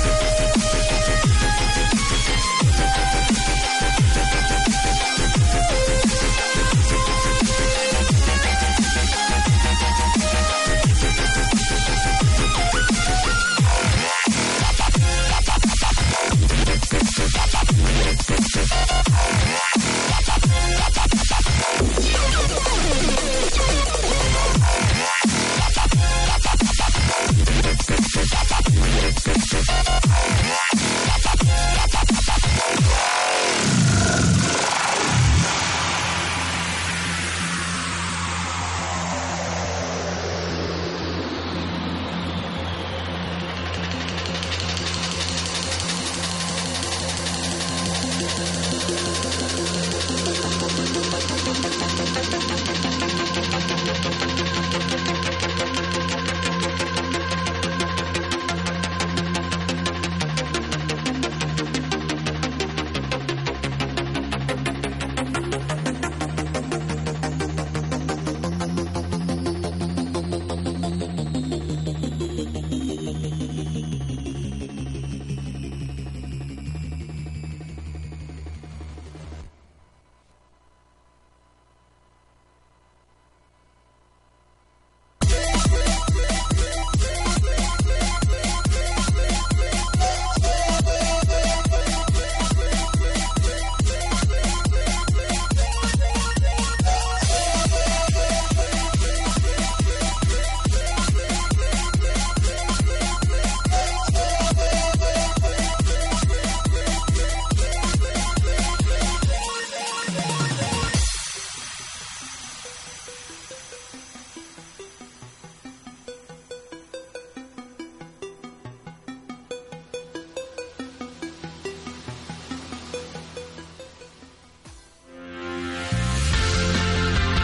I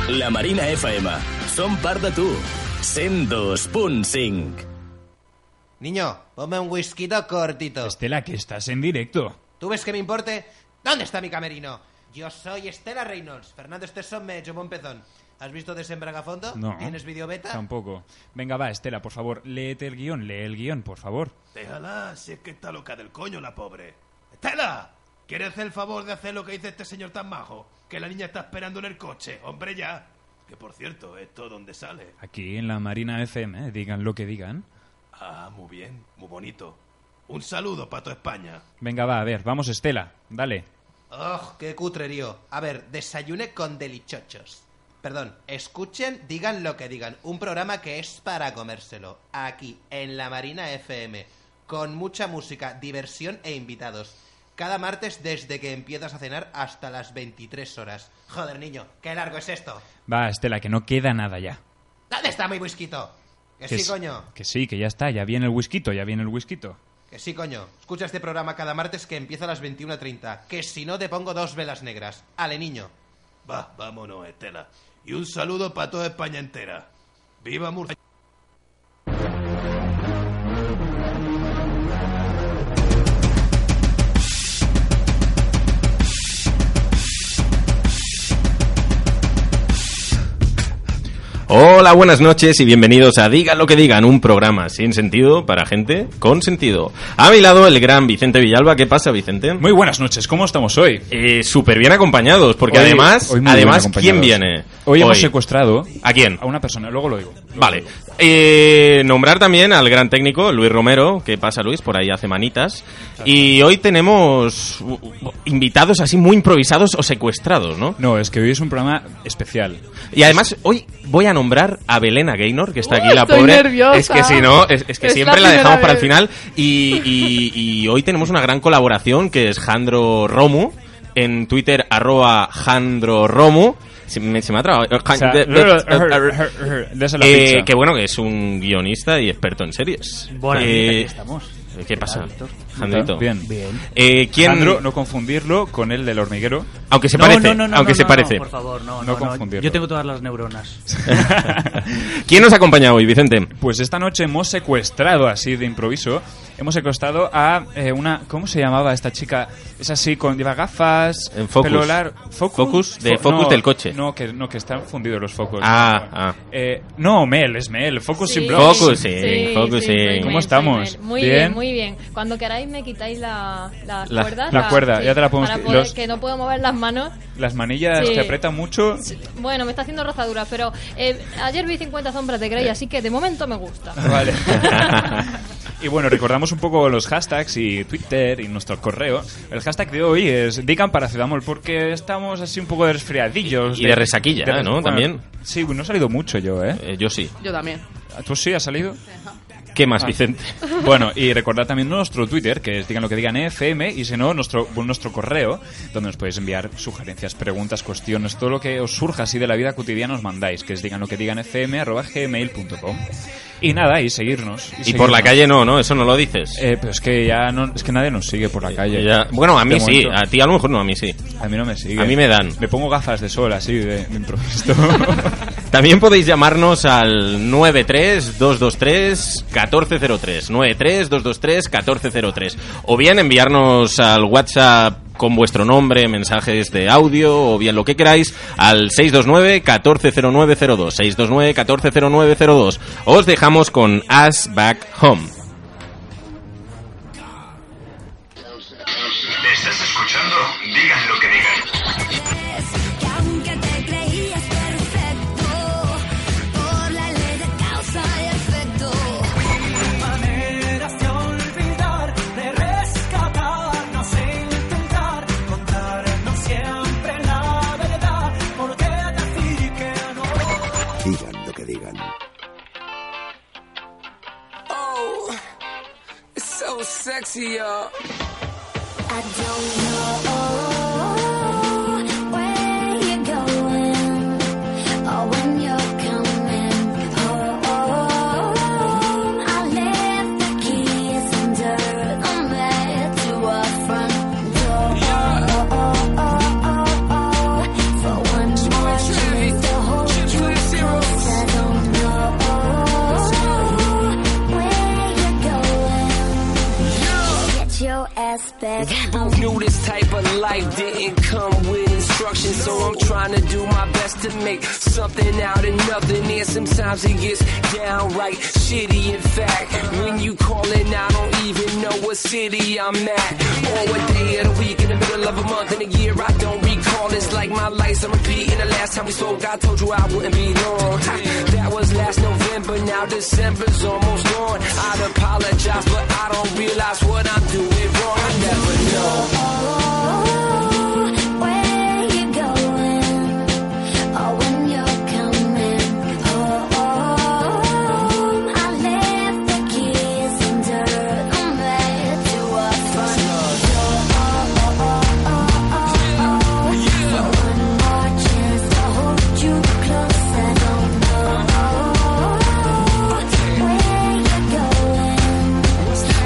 La Marina FM. Som part de tu. 102.5. Niño, ponme un whisky cortito. Estela, que estás en directo. ¿Tú ves que me importe? ¿Dónde está mi camerino? Yo soy Estela Reynolds. Fernando Estesón me echó un pezón. ¿Has visto Desembraga Fondo? No. ¿Tienes video beta? Tampoco. Venga, va, Estela, por favor, léete el guión, lee el guión, por favor. Déjala, si es que está loca del coño la pobre. ¡Estela! ¿Quieres hacer el favor de hacer lo que dice este señor tan majo? Que la niña está esperando en el coche. ¡Hombre, ya! Que por cierto, esto donde sale. Aquí en la Marina FM, ¿eh? digan lo que digan. Ah, muy bien, muy bonito. Un saludo para toda España. Venga, va, a ver, vamos, Estela, dale. ¡Oh, qué cutrerío! A ver, desayune con delichochos. Perdón, escuchen, digan lo que digan. Un programa que es para comérselo. Aquí, en la Marina FM. Con mucha música, diversión e invitados. Cada martes desde que empiezas a cenar hasta las 23 horas. Joder, niño, qué largo es esto. Va, Estela, que no queda nada ya. ¿Dónde está mi whisquito? Que, Que sí, s- coño. Que sí, que ya está, ya viene el whisky, ya viene el whisky. Que sí, coño. Escucha este programa cada martes que empieza a las 21.30. Que si no te pongo dos velas negras. Ale, niño. Va, vámonos, Estela. Y un saludo para toda España entera. ¡Viva Murcia! Hola, buenas noches y bienvenidos a Digan lo que digan, un programa sin sentido para gente con sentido. A mi lado el gran Vicente Villalba, ¿qué pasa Vicente? Muy buenas noches, ¿cómo estamos hoy? Eh, Súper bien acompañados, porque Hoy- además, hoy muy bien además ¿quién acompañados. viene? Hoy hemos secuestrado ¿A quién? a una persona, luego lo digo. Vale. Eh, nombrar también al gran técnico, Luis Romero, que pasa Luis por ahí hace manitas. Y hoy tenemos uh, uh, invitados así muy improvisados o secuestrados, ¿no? No, es que hoy es un programa especial. Y además, hoy voy a nombrar a Belena Gaynor, que está aquí, Uy, la estoy pobre. nerviosa. Es que si no, es, es que Es la siempre la, dejamos primera para el vez. final. Y, y- y hoy tenemos una gran colaboración que es Jandro Romu. En Twitter, arroba Jandro Romu. Se me, se me ha trabado. O sea, déselo a Eh, pizza. que bueno que es un guionista y experto en series. Bueno, Eh, aquí estamos. ¿Qué pasa? Víctor? Jandrito. Bien. Bien. Eh, ¿quién, Jandro, no confundirlo con el del hormiguero. aunque se No, parece, no, no, no, aunque no, se no, parece. por favor, no, No no, no. confundirlo. Yo tengo todas las neuronas. ¿Quién nos acompaña hoy, Vicente? Pues esta noche hemos secuestrado así de improviso. Hemos secuestrado a eh, una. ¿Cómo se llamaba esta chica? Es así, con lleva gafas. En Focus. pelo lar- ¿Focus? Focus de- Focus no, del coche. No que, no, que están fundidos los focos. Ah, ah. Eh, no, Mel, es Mel. Focus Sí, sin blocks. Focus, sí, focus, sí. soy Mel, ¿Cómo soy estamos? Mel. Muy ¿Bien? ¿Bien? muy bien. Cuando queráis me quitáis la, las La- cuerdas. la cuerda, ya te la podemos para qui- poder- los- Que no puedo mover las manos. Las manillas Sí. te aprietan mucho. Bueno, me está haciendo rozaduras, pero eh, ayer vi 50 sombras de Eh. Grey, así que de momento me gusta. Vale. Y bueno, recordamos un poco los hashtags y Twitter y nuestro correo. El hashtag de hoy es Dican Paracetamol porque estamos así un poco resfriadillos. Y- y de resaquilla, ¿no? También. Sí, no he salido mucho yo, ¿eh? Eh, yo sí. Yo también. ¿Tú sí has salido? ¿Qué más, Ah. Vicente? Bueno, y recordad también nuestro Twitter, que es digan lo que digan FM, y si no, nuestro, nuestro correo, donde nos podéis enviar sugerencias, preguntas, cuestiones, todo lo que os surja así de la vida cotidiana os mandáis, que es digan lo que digan FM, arroba gmail.com. Y nada, y Y seguirnos. por la seguirnos. calle no, ¿no? Eso no lo dices. Eh, pero es que ya no, es que nadie nos sigue por la calle. Ya- Bueno, a mí De sí. momento. A ti a lo mejor no, a mí sí. A mí no me sigue. a mí me dan. Me pongo gafas de sol así de, de improviso. También podéis llamarnos al 93-223-1403. 93-223-1403. O bien enviarnos al WhatsApp con vuestro nombre, mensajes de audio o bien lo que queráis al 629-140902. 629-140902. Os dejamos con Us Back Home. ¿Estás escuchando? Digan lo que digan. Que aunque te creías perfecto, por la ley de causa y efecto. Maneras de olvidar, de rescatarnos e intentar contarnos siempre la verdad. ¿Por qué decir que no? Digan lo que digan. Oh, it's so sexy, y'all. I don't know where you're going or when you're coming home. I left the keys under the mat to our front door. Oh, For one more trip, the whole back. You knew this type of life didn't come with instructions, so I'm trying to do my best to make something out of nothing. And sometimes it gets downright shitty. In fact, when you callin', I don't even know what city I'm at. Or what day of the week in the middle of a month in a year, I don't recall. It's like my life's on repeat. And the last time we spoke, I told you I wouldn't be long. That was last November, now December's almost gone. I'd apologize, but I don't realize what I'm doing wrong. I never know. Where you going? Oh, when you're coming home? I left the keys and dirt on there to a front door. One more chance to hold you close. I don't know where you're going.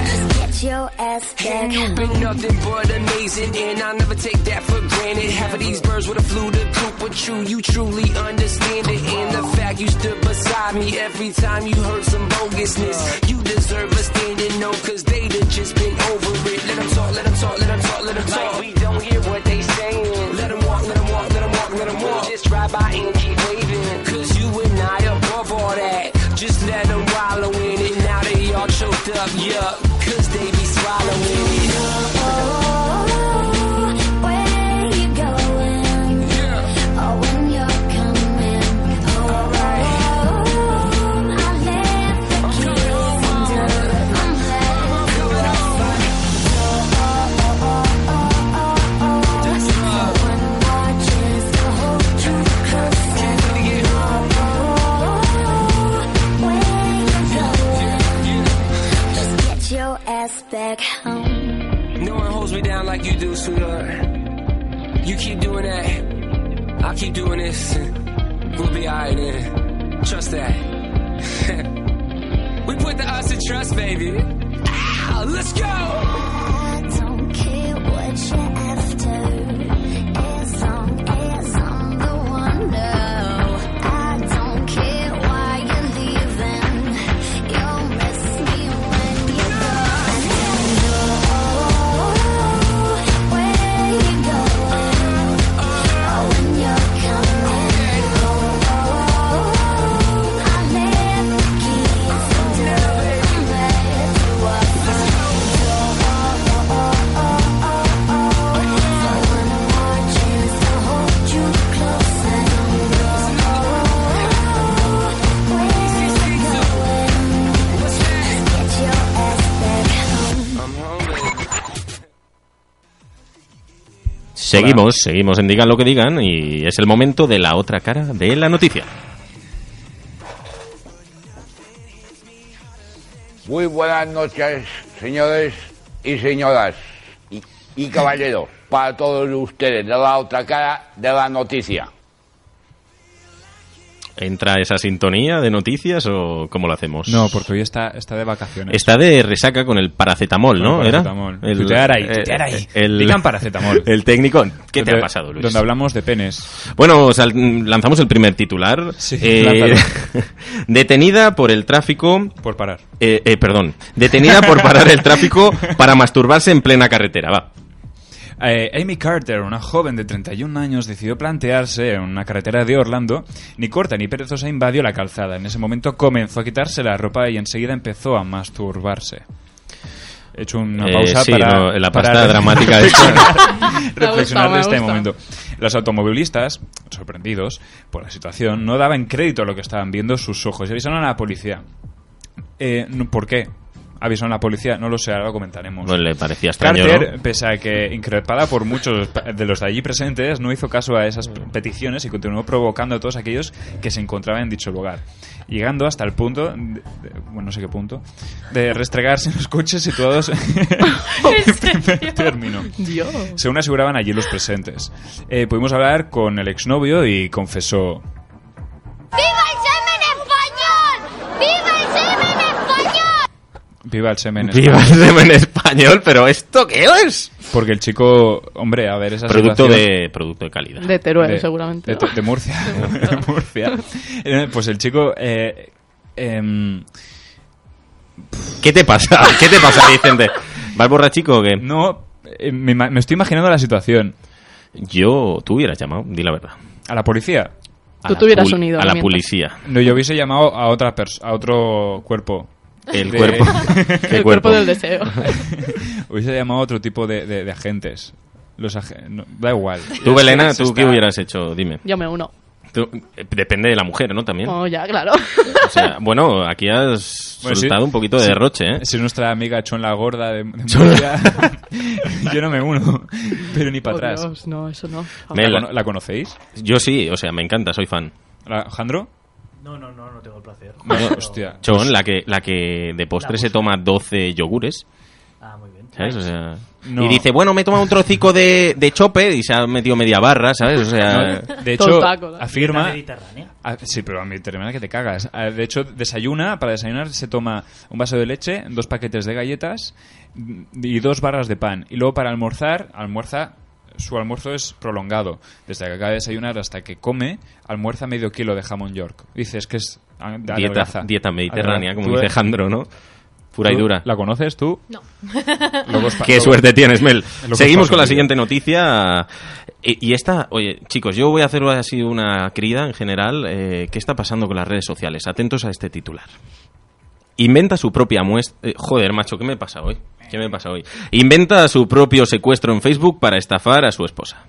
Just get your ass And back. you've been nothing but amazing, and I never take that for granted. Half of these birds would have flew the coop with you. You truly understand it, and the fact you stood beside me every time you heard some bogusness. You deserve a standing no, cause they done just been over it. Let 'em talk, let 'em talk, let 'em talk, let 'em talk. we don't hear what they saying. Let 'em walk, let 'em walk, let 'em walk, let 'em walk. Just drive by and keep waving, cause you and I above all that. Just let 'em wallow in it, now they all choked up, yup, cause they be swallowing it. Where you going? Oh, when you're coming home? I left the keys and dirt on there. One more chance to hold you close. I don't know Oh, where you're going. Just get your ass back home. No one holds me down like you do, sweetheart. You keep doing that, I'll keep doing this. We'll be alright then. Trust that. we put the us in trust, baby. Ow, let's go! I don't care what you're after, as long as I'm the one. No, I don't care why you're leaving. You'll miss me when you're gone. where you're going, or when you're coming home. I left the keys under your bed. Seguimos, seguimos en Digan lo que digan y es el momento de la otra cara de la noticia. Muy buenas noches, señores y señoras y, y caballeros, para todos ustedes, de la otra cara de la noticia. ¿Entra esa sintonía de noticias o cómo lo hacemos? No, porque hoy está, está de vacaciones. Está de resaca con el paracetamol, ¿no? Con el ¿Era? eh, paracetamol. Tuitear ahí, tuitear ahí. Digan paracetamol. El técnico. ¿Qué te Donde- ha pasado, Luis? Donde hablamos de penes. Bueno, sal- lanzamos el primer titular. Eh, Sí, lánzalo. detenida por el tráfico. Por parar. eh, eh, perdón. Detenida por parar el tráfico para masturbarse en plena carretera. Va. Eh, Amy Carter, una joven de 31 años, decidió plantearse en una carretera de Orlando. Ni corta ni perezosa invadió la calzada. En ese momento comenzó a quitarse la ropa y enseguida empezó a masturbarse. He hecho una Eh, pausa sí, para. no, la para pasta dramática de reflexionar Me de ha gustado, me ha este gustado. momento. Los automovilistas, sorprendidos por la situación, no daban crédito a lo que estaban viendo sus ojos y avisaron a la policía. Eh, no- ¿Por qué? Avisaron a la policía, no lo sé, ahora lo comentaremos. No le parecía extraño. Carter, ¿no? pese a que increpada por muchos de los de allí presentes, no hizo caso a esas peticiones y continuó provocando a todos aquellos que se encontraban en dicho lugar, llegando hasta el punto, de- de- bueno, no sé qué punto, de restregarse en los coches situados en primer término. Según aseguraban allí los presentes. Eh, pudimos hablar con el exnovio y confesó... ¡Viva el semen español! ¡Viva el semen español! Viva el semen. Viva el semen español, pero ¿esto qué es? Porque el chico, hombre, a ver, esa Producto situación- de, producto de calidad. De Teruel, de- seguramente. De, de Murcia. De Murcia. Eh, Pues el chico. eh, em, ¿Qué te pasa? ¿Qué te pasa, Vicente? ¿Vas borrachico o qué? no. eh, me, ima- me estoy imaginando la situación. Yo, tú hubieras llamado, di la verdad. ¿A la policía? A Tú la te hubieras pul- unido, A no la mientas. policía. No, yo hubiese llamado a otra pers- a otro cuerpo. El cuerpo. ¿Qué El cuerpo cuerpo? del deseo. hubiese llamado a otro tipo de, de- de agentes. Los agen- no, da igual. Tú, Belena, ¿tú qué Está- hubieras hecho? Dime. Yo me uno. Tú- eh, depende de la mujer, ¿no? También. Oh, ya, claro. O sea, bueno, aquí has Bueno, sí. soltado un poquito de Sí. derroche, ¿eh? Si nuestra amiga Chon la gorda de, de Chon la- Murcia, yo no me uno, pero ni para Oh, atrás. Dios, no, eso no. Mel, ¿La cono- la conocéis? Ah, Yo sí, o sea, me encanta, soy fan. ¿La- ¿Jandro? No, no, no, no tengo el placer. No, Bueno, hostia. Pues- Chon, la que, la que de postre La se toma 12 yogures. Ah, muy bien. ¿Sabes? O sea, No. Y dice, bueno, me he tomado un trocico de, de chope y se ha metido media barra, ¿sabes? O sea, No, de hecho, afirma. Dieta mediterránea. Ah, sí, pero a mediterránea que te cagas. Ah, De hecho, desayuna, para desayunar se toma un vaso de leche, dos paquetes de galletas mm, y dos barras de pan. Y luego para almorzar, almuerza. Su almuerzo es prolongado. Desde que acaba de desayunar hasta que come, almuerza medio kilo de jamón York. Dices que es. ah, adelgaza. dieta, dieta mediterránea, Adelgaza. como Tú, dice eh, Jandro, ¿no? Pura y ¿tú dura. ¿La conoces tú? No. Qué suerte tienes, Mel. Locos Seguimos pa- con la siguiente noticia. Y, y esta, oye, chicos, yo voy a hacer así una crida en general. eh, ¿Qué está pasando con las redes sociales? Atentos a este titular. Inventa su propia muestra. joder, macho, ¿qué me pasa hoy? ¿Qué me pasa hoy? Inventa su propio secuestro en Facebook para estafar a su esposa.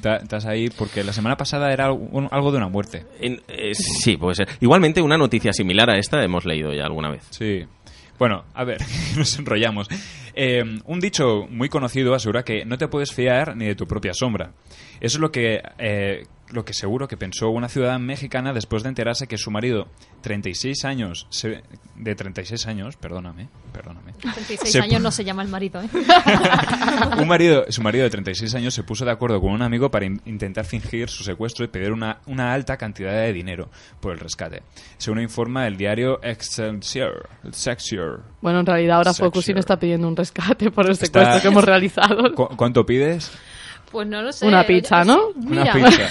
Ta- Estás ahí porque la semana pasada era un- algo de una muerte. En- eh, sí, puede ser. Igualmente, una noticia similar a esta hemos leído ya alguna vez. Sí. Bueno, a ver, nos enrollamos. Eh, un dicho muy conocido asegura que no te puedes fiar ni de tu propia sombra. Eso es lo que, eh, lo que seguro que pensó una ciudadana mexicana después de enterarse que su marido, 36 años, se- de 36 años, perdóname, perdóname. 36 se pu- años no se llama el marido, ¿eh? un marido, su marido de 36 años se puso de acuerdo con un amigo para in- intentar fingir su secuestro y pedir una, una alta cantidad de dinero por el rescate. Según informa el diario Excelsior. Excelsior. Bueno, en realidad ahora Sexier. Focusing está pidiendo un rescate por el Está- secuestro que hemos realizado. ¿Cu- ¿Cuánto pides? Pues no lo sé. Una pizza, ¿no? Mira. Una pizza.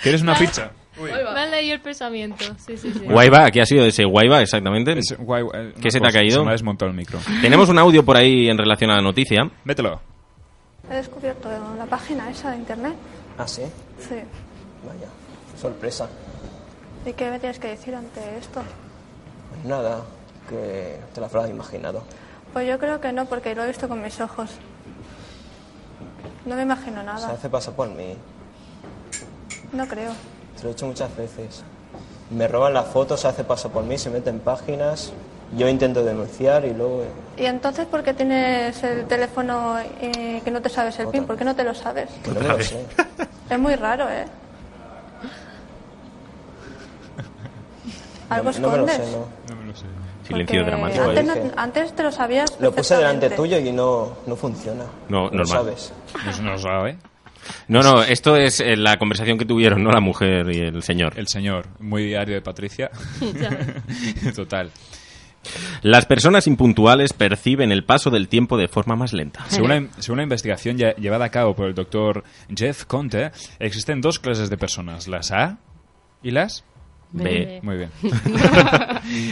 ¿Quieres una pizza? Me han leído el pensamiento. Sí, sí, sí. Guayba, ¿qué ha sido ese Guayba exactamente? ¿Qué se te ha eh, Se caído? me ha desmontado el micro. Tenemos un audio por ahí en relación a la noticia. Mételo. He descubierto la página esa de internet. ¿Ah, sí? Sí. Vaya, sorpresa. ¿Y qué me tienes que decir ante esto? Pues Nada que te lo habrás imaginado. Pues yo creo que no, porque lo he visto con mis ojos. No me imagino Se nada. hace pasar por mí. No creo. Te lo he hecho muchas veces. Me roban las fotos, se hace pasar por mí, se mete en páginas. Yo intento denunciar y luego... ¿Y entonces por qué tienes el teléfono eh, que no te sabes el Otra PIN? ¿Por qué no te lo sabes? que no me lo sé. Es muy raro, ¿eh? Algo No, no me lo escondes. sé, no. Silencio Porque dramático. Antes, Yo dije. no- antes te lo sabías. Lo puse delante perfectamente. tuyo y no, no funciona. No, Lo normal. sabes. no lo sabe. No, no, esto es eh, la conversación que tuvieron, ¿no? La mujer y el señor. El señor, muy diario de Patricia. Total. Las personas impuntuales perciben el paso del tiempo de forma más lenta. Según em- la, según la investigación ya- llevada a cabo por el doctor Jeff Conte, existen dos clases de personas, las A y las B. B. Muy bien.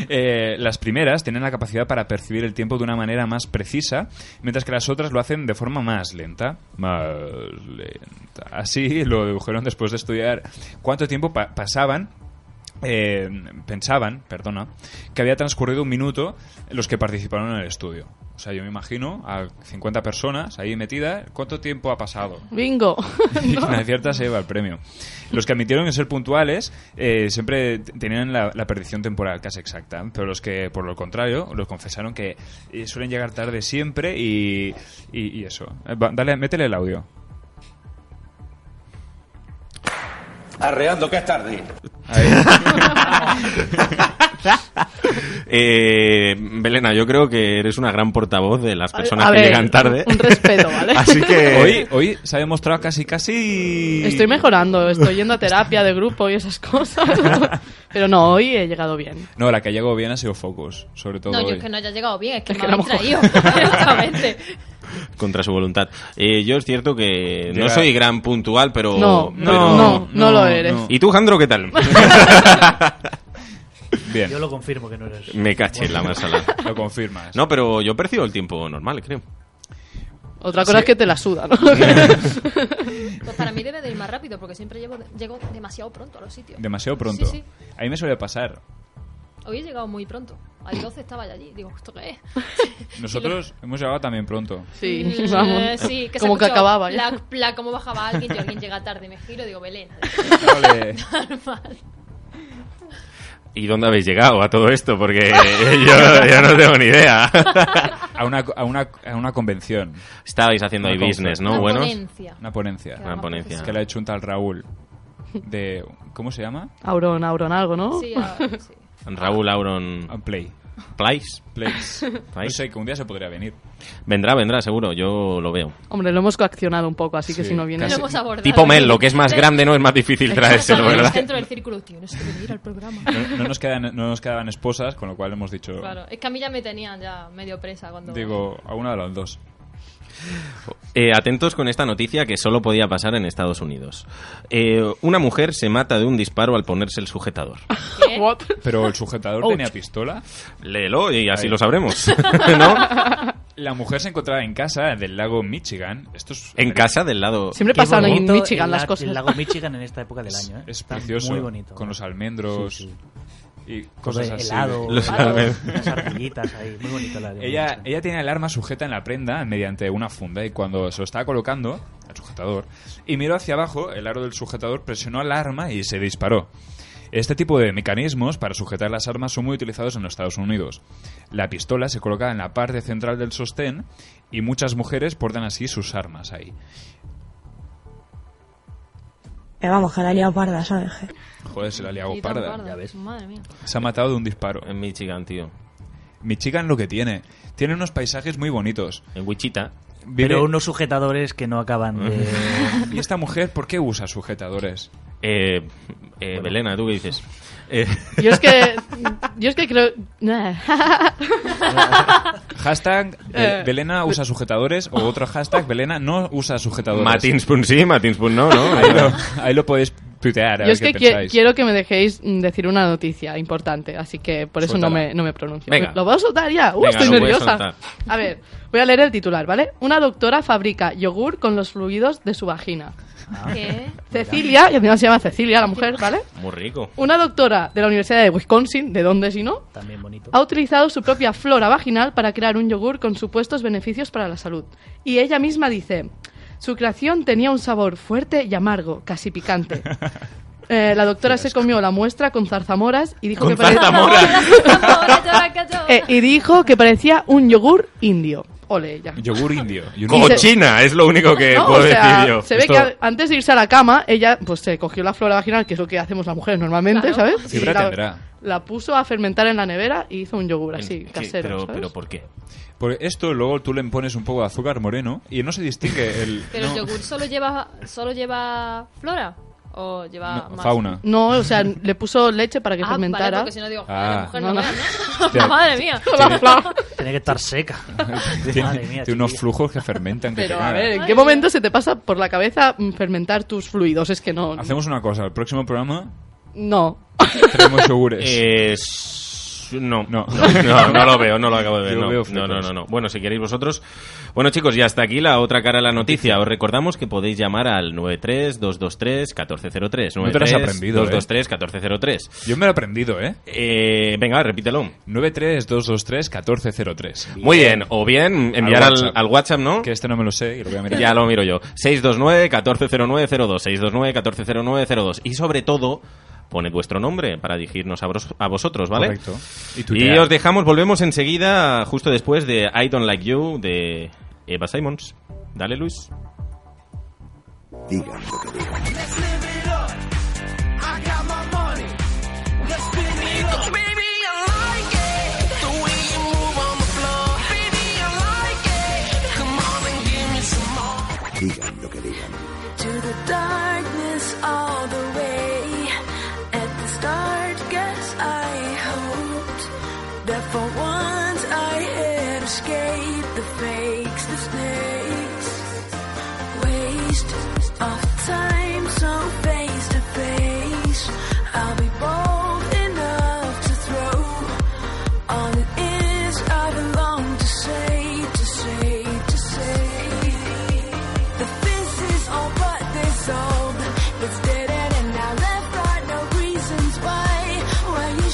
Eh, las primeras tienen la capacidad para percibir el tiempo de una manera más precisa, mientras que las otras lo hacen de forma más lenta. Más lenta. Así lo dedujeron después de estudiar cuánto tiempo pa- pasaban eh, pensaban, perdona, que había transcurrido un minuto los que participaron en el estudio. O sea, yo me imagino a 50 personas ahí metidas, ¿cuánto tiempo ha pasado? Bingo. Y quien acierta se lleva el premio. Los que admitieron en ser puntuales eh, siempre t- tenían la, la perdición temporal casi exacta, pero los que, por lo contrario, los confesaron que eh, suelen llegar tarde siempre y, y- y eso. Eh, va, dale, métele el audio. Arreando que es tarde. Eh, Belena, yo creo que eres una gran portavoz de las A- personas a que ver, llegan tarde. un respeto, ¿vale? Así que Hoy, hoy se ha demostrado casi, casi... Estoy mejorando, estoy yendo a terapia de grupo y esas cosas. Pero no, hoy he llegado bien. No, la que ha llegado bien ha sido Focus, sobre todo No, yo hoy. es que no haya llegado bien, es que Es me que a lo habéis traído. mejor- Exactamente. contra su voluntad. Eh, yo es cierto que no Llega- soy gran puntual, pero No, pero- no, no, no lo eres. no. ¿Y tú, Jandro, qué tal? Bien. Yo lo confirmo que no eres. Me caché en la masa. Lo confirmas. No, pero yo percibo el tiempo normal, creo. Otra cosa Sí. es que te la suda, ¿no? Pues para mí debe de ir más rápido porque siempre llevo, llego demasiado pronto a los sitios. Demasiado pronto. Sí, sí. A mí me suele pasar. Hoy he llegado muy pronto. A las 12 estaba ya allí. Digo, ¿esto qué es? Nosotros hemos llegado también pronto. Mm, eh, sí, que se Como que escuchó acababa ya. La, la- como bajaba alguien, yo alguien llega tarde, me giro, digo, Belén. Ole. Normal. ¿Y dónde habéis llegado a todo esto? Porque yo, yo no tengo ni idea. A una, a una, a una convención. Estabais haciendo ahí business, ¿no? Una Buenos. ponencia. Una ponencia. Una Una ponencia. ponencia. Que la ha hecho un tal Raúl. De, ¿Cómo se llama? Auron, Auron algo, ¿no? Sí, ah, sí. Raúl Auron. Ah, Play. Plays. Place. No Place. sé, que un día se podría venir. Vendrá, vendrá, seguro. Yo lo veo. Hombre, lo hemos coaccionado un poco, así que Sí, si no viene... casi. Lo hemos abordado. Tipo Mel, lo que es más grande no es más difícil traérselo, ¿verdad? Dentro del círculo, tienes que venir al programa. No, no nos quedan, no nos quedaban esposas, con lo cual hemos dicho... Claro, es que a mí ya me tenían ya medio presa cuando... Digo, a una de las dos. Eh, atentos con esta noticia que solo podía pasar en Estados Unidos. Eh, una mujer se mata de un disparo al ponerse el sujetador. What? Pero el sujetador Ouch. tenía pistola. Léelo y así Ahí. lo sabremos. La mujer se encontraba en casa del lago Michigan. Esto es En casa del lado. Siempre Qué pasan en bonito Michigan el las la- cosas. El lago Michigan en esta época del año, ¿eh? Es Está precioso. Muy bonito. Con los almendros Sí, sí. y cosas Todo así. helado, Los helado, almendros. unas ardillitas ahí. Muy bonito la de Ella, ella tenía el arma sujeta en la prenda mediante una funda y cuando se lo estaba colocando, el sujetador, y miró hacia abajo, el aro del sujetador presionó al arma y se disparó. Este tipo de mecanismos para sujetar las armas son muy utilizados en los Estados Unidos. La pistola se coloca en la parte central del sostén y muchas mujeres portan así sus armas ahí. Eh, vamos, que la he liado parda, ¿sabes? Joder, se la ha liado Y tan parda. parda. Madre mía. Se ha matado de un disparo. En Michigan, tío. Michigan lo que tiene. Tiene unos paisajes muy bonitos. En Wichita. Pero unos sujetadores que no acaban de... ¿Y esta mujer por qué usa sujetadores? Eh, eh, Belena, ¿tú qué dices? Eh, Yo es que... Yo es que creo... Hashtag Be- Eh, Belena usa sujetadores o otro hashtag Belena no usa sujetadores. Matinspun sí, Matinspun no, ¿no? Ahí lo, ahí lo podéis tuitear. a ver Yo es que qué qui- pensáis. quiero que me dejéis mm, decir una noticia importante, así que por eso no Suéltala. me, no me pronuncio. Venga. ¿Lo puedo soltar ya? ¡Uh, Venga, estoy lo puedes nerviosa! soltar. A ver, voy a leer el titular, ¿vale? Una doctora fabrica yogur con los fluidos de su vagina. ¿Qué? Cecilia, que encima se llama Cecilia la mujer, ¿vale? Muy rico. Una doctora de la Universidad de Wisconsin, ¿de dónde si no? También bonito. Ha utilizado su propia flora vaginal para crear un yogur con supuestos beneficios para la salud. Y ella misma dice, su creación tenía un sabor fuerte y amargo, casi picante. Eh, la doctora se comió la muestra con zarzamoras y dijo que parecía... Eh, y dijo que parecía un yogur indio. Ole ella. Yogur indio. Y un- Cochina, es lo único que No, puedo o sea, decir yo. Se ve Esto- que a- antes de irse a la cama, ella pues se cogió la flora vaginal, que es lo que hacemos las mujeres normalmente, Claro. ¿sabes? Fibra Y la, tendrá. la puso a fermentar en la nevera y hizo un yogur Sí, así, casero. pero, ¿sabes? pero ¿por qué? Porque esto luego tú le pones un poco de azúcar moreno y no se distingue el. Pero no, el yogur solo lleva, solo lleva flora o lleva no, más? fauna. No, o sea, le puso leche para que Ah, vale, fermentara. porque si no digo, joder, Ah. la mujer no, No, no. vea, ¿no? Madre mía. Tiene que estar seca. Tiene, Madre mía, tiene unos flujos que fermentan. que Pero te a cagas. ver, ¿en qué momento se te pasa por la cabeza mm, fermentar tus fluidos? Es que no. Hacemos una cosa. El próximo programa No. traemos yogures. Eh, s- no, No. no, no, no lo veo, no lo acabo de ver. Yo no. veo no, flipas. no, no, no. Bueno, si queréis vosotros. Bueno, chicos, y hasta aquí la otra cara de la noticia. Os recordamos que podéis llamar al 93-223-1403. No te lo has aprendido, eh. 223-1403. Yo me lo he aprendido, ¿eh? Eh, venga, repítelo. 93223-1403. Muy bien, o bien enviar al- al WhatsApp, ¿no? Que este no me lo sé y lo voy a mirar. Ya lo miro yo. 629-140902. 629-140902. Y sobre todo, poned vuestro nombre para dirigirnos a, vos- a vosotros, ¿vale? Correcto. Y Y, tuitear. os dejamos, volvemos enseguida, justo después de I Don't Like You de Eva Simons. Dale, Luis. Digan lo que digan. Let's live it up. I got my money. Let's spin it up. Baby, I like it. The way you move on the floor. Baby, I like it. Come on and give me some more. Digan lo que digan. To the darkness all the way. At the start, guess I hoped that for once I had escaped the fakes, the snakes. Waste of time, so face to face. I'll be bold enough to throw all it is I belong to say, to say, to say.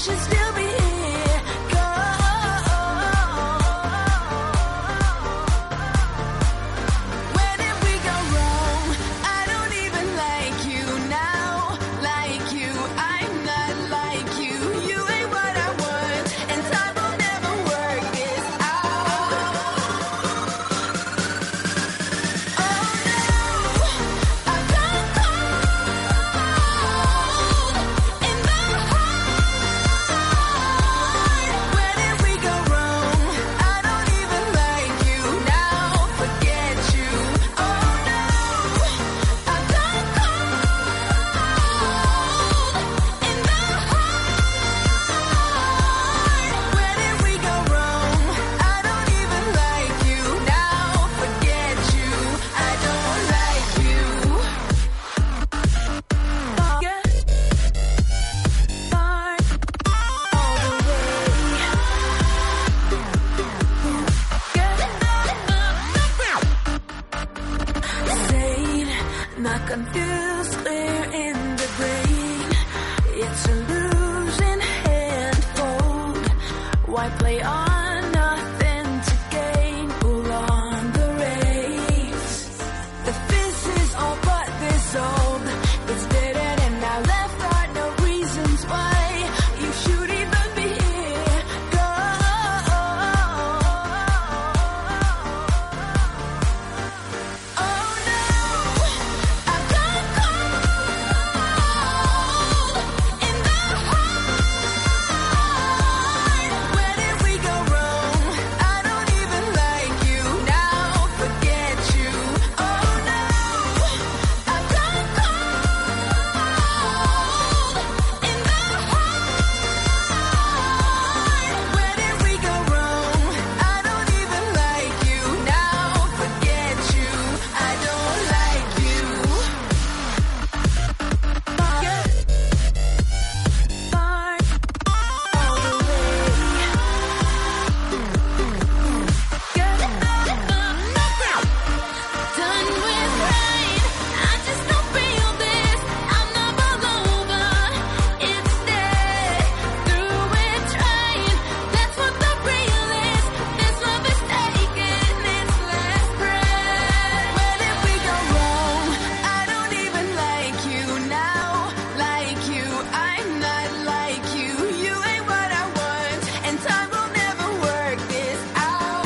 should still be here. Go. Where did we go wrong? I don't even like you now. Like you, I'm not like you. You ain't what I want, and time will never work this out. Not confused, clear in the brain. It's a losing handfold. Why play on nothing to gain? Pull on the reins. The fist is all but this old. It's bitten and I left for no reasons why you should even be here. Go. Oh, Time will never work this out.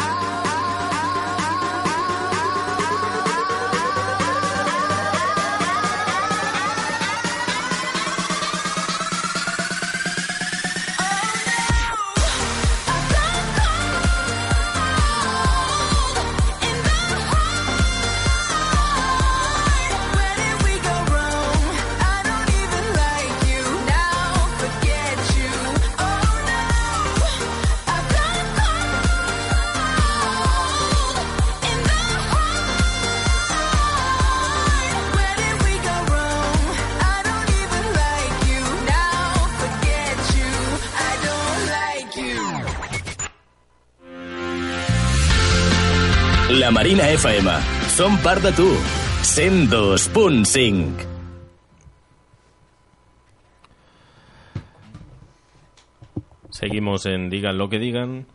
Oh, La Marina FM. Som part de tu. 102.5. Seguimos en Digan lo que digan.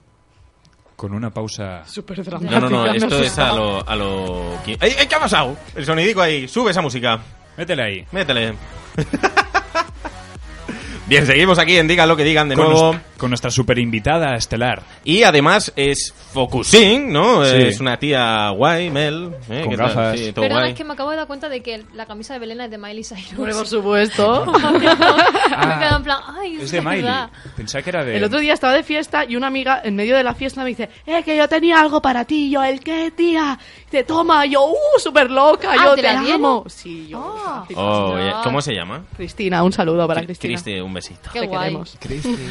Con una pausa. Súper No, no, no, esto es a lo. A lo... qui- ¡Ey, ey, qué ha pasado! El sonidico ahí, sube esa música. Métele ahí. Métele. Bien, seguimos aquí en Digan lo que digan de Con nuevo. nuestra- con nuestra super invitada estelar. Y además es Focusing, ¿no? Sí. Es una tía guay, Mel. ¿eh? Con ¿Qué tal? gafas. Sí, todo Perdona, guay. es que me acabo de dar cuenta de que la camisa de Belena es de Miley Cyrus. Hombre, por supuesto. Me Ah, quedo en plan, ay, Es de Miley. verdad. Pensaba que era de. El otro día estaba de fiesta y una amiga en medio de la fiesta me dice, eh, que yo tenía algo para ti, Y yo, ¿el qué, tía? Y Dice, toma, Y yo, uh, súper loca, Ah, yo ¿te te, la dieron? amo. Sí, yo. fácil, Oh, fácil. eh, ¿Cómo se llama? Cristina, un saludo para Cristina. Cristi, un besito. Te queremos.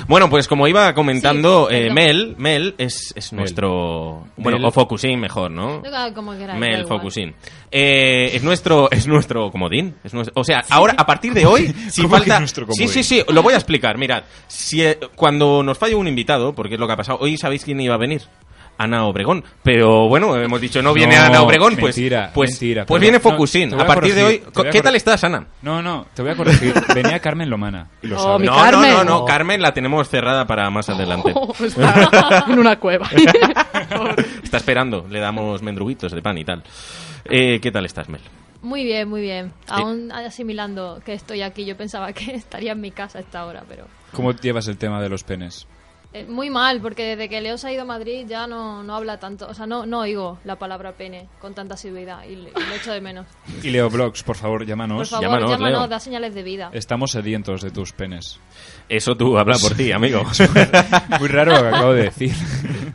Bueno, pues como iba comentando, Sí, eh, perdón. Mel, Mel es, es nuestro... Bueno, o Focusing mejor, ¿no? Ah, Como queráis, da Mel igual. Focusin. Eh, es nuestro, es nuestro comodín. Es nuestro- o sea, ahora, a partir de hoy, si ¿Cómo que falta. es nuestro comodín? Sí, sí, sí, lo voy a explicar. Mirad, si, eh, cuando nos falla un invitado, porque es lo que ha pasado, hoy sabéis quién iba a venir. Ana Obregón. Pero bueno, hemos dicho, no viene Ana Obregón, pues, mentira, pues, mentira, pues perdón. viene No, Focusin. te voy a partir de hoy, corregir, te voy a ¿qué corregir. tal estás, Ana? No, no, te voy a corregir. Venía Carmen Lomana. Lo Oh, sabes. mi no, Carmen. Oh, no, no, no, Carmen la tenemos cerrada para más adelante. Está en una cueva. Está esperando, le damos mendruguitos de pan y tal. Eh, ¿Qué tal estás, Mel? Muy bien, muy bien. Aún asimilando que estoy aquí, yo pensaba que estaría en mi casa a esta hora, pero... ¿Cómo llevas el tema de los penes? eh, muy mal, porque desde que Leo se ha ido a Madrid ya no, no habla tanto, o sea, no, no oigo la palabra pene con tanta asiduidad y, le- y lo echo de menos. Y Leo Blogs, por favor, llámanos. Por favor, llámanos, da señales de vida. Estamos sedientos de tus penes. Eso tú habla por ti, amigo. Muy raro lo que acabo de decir.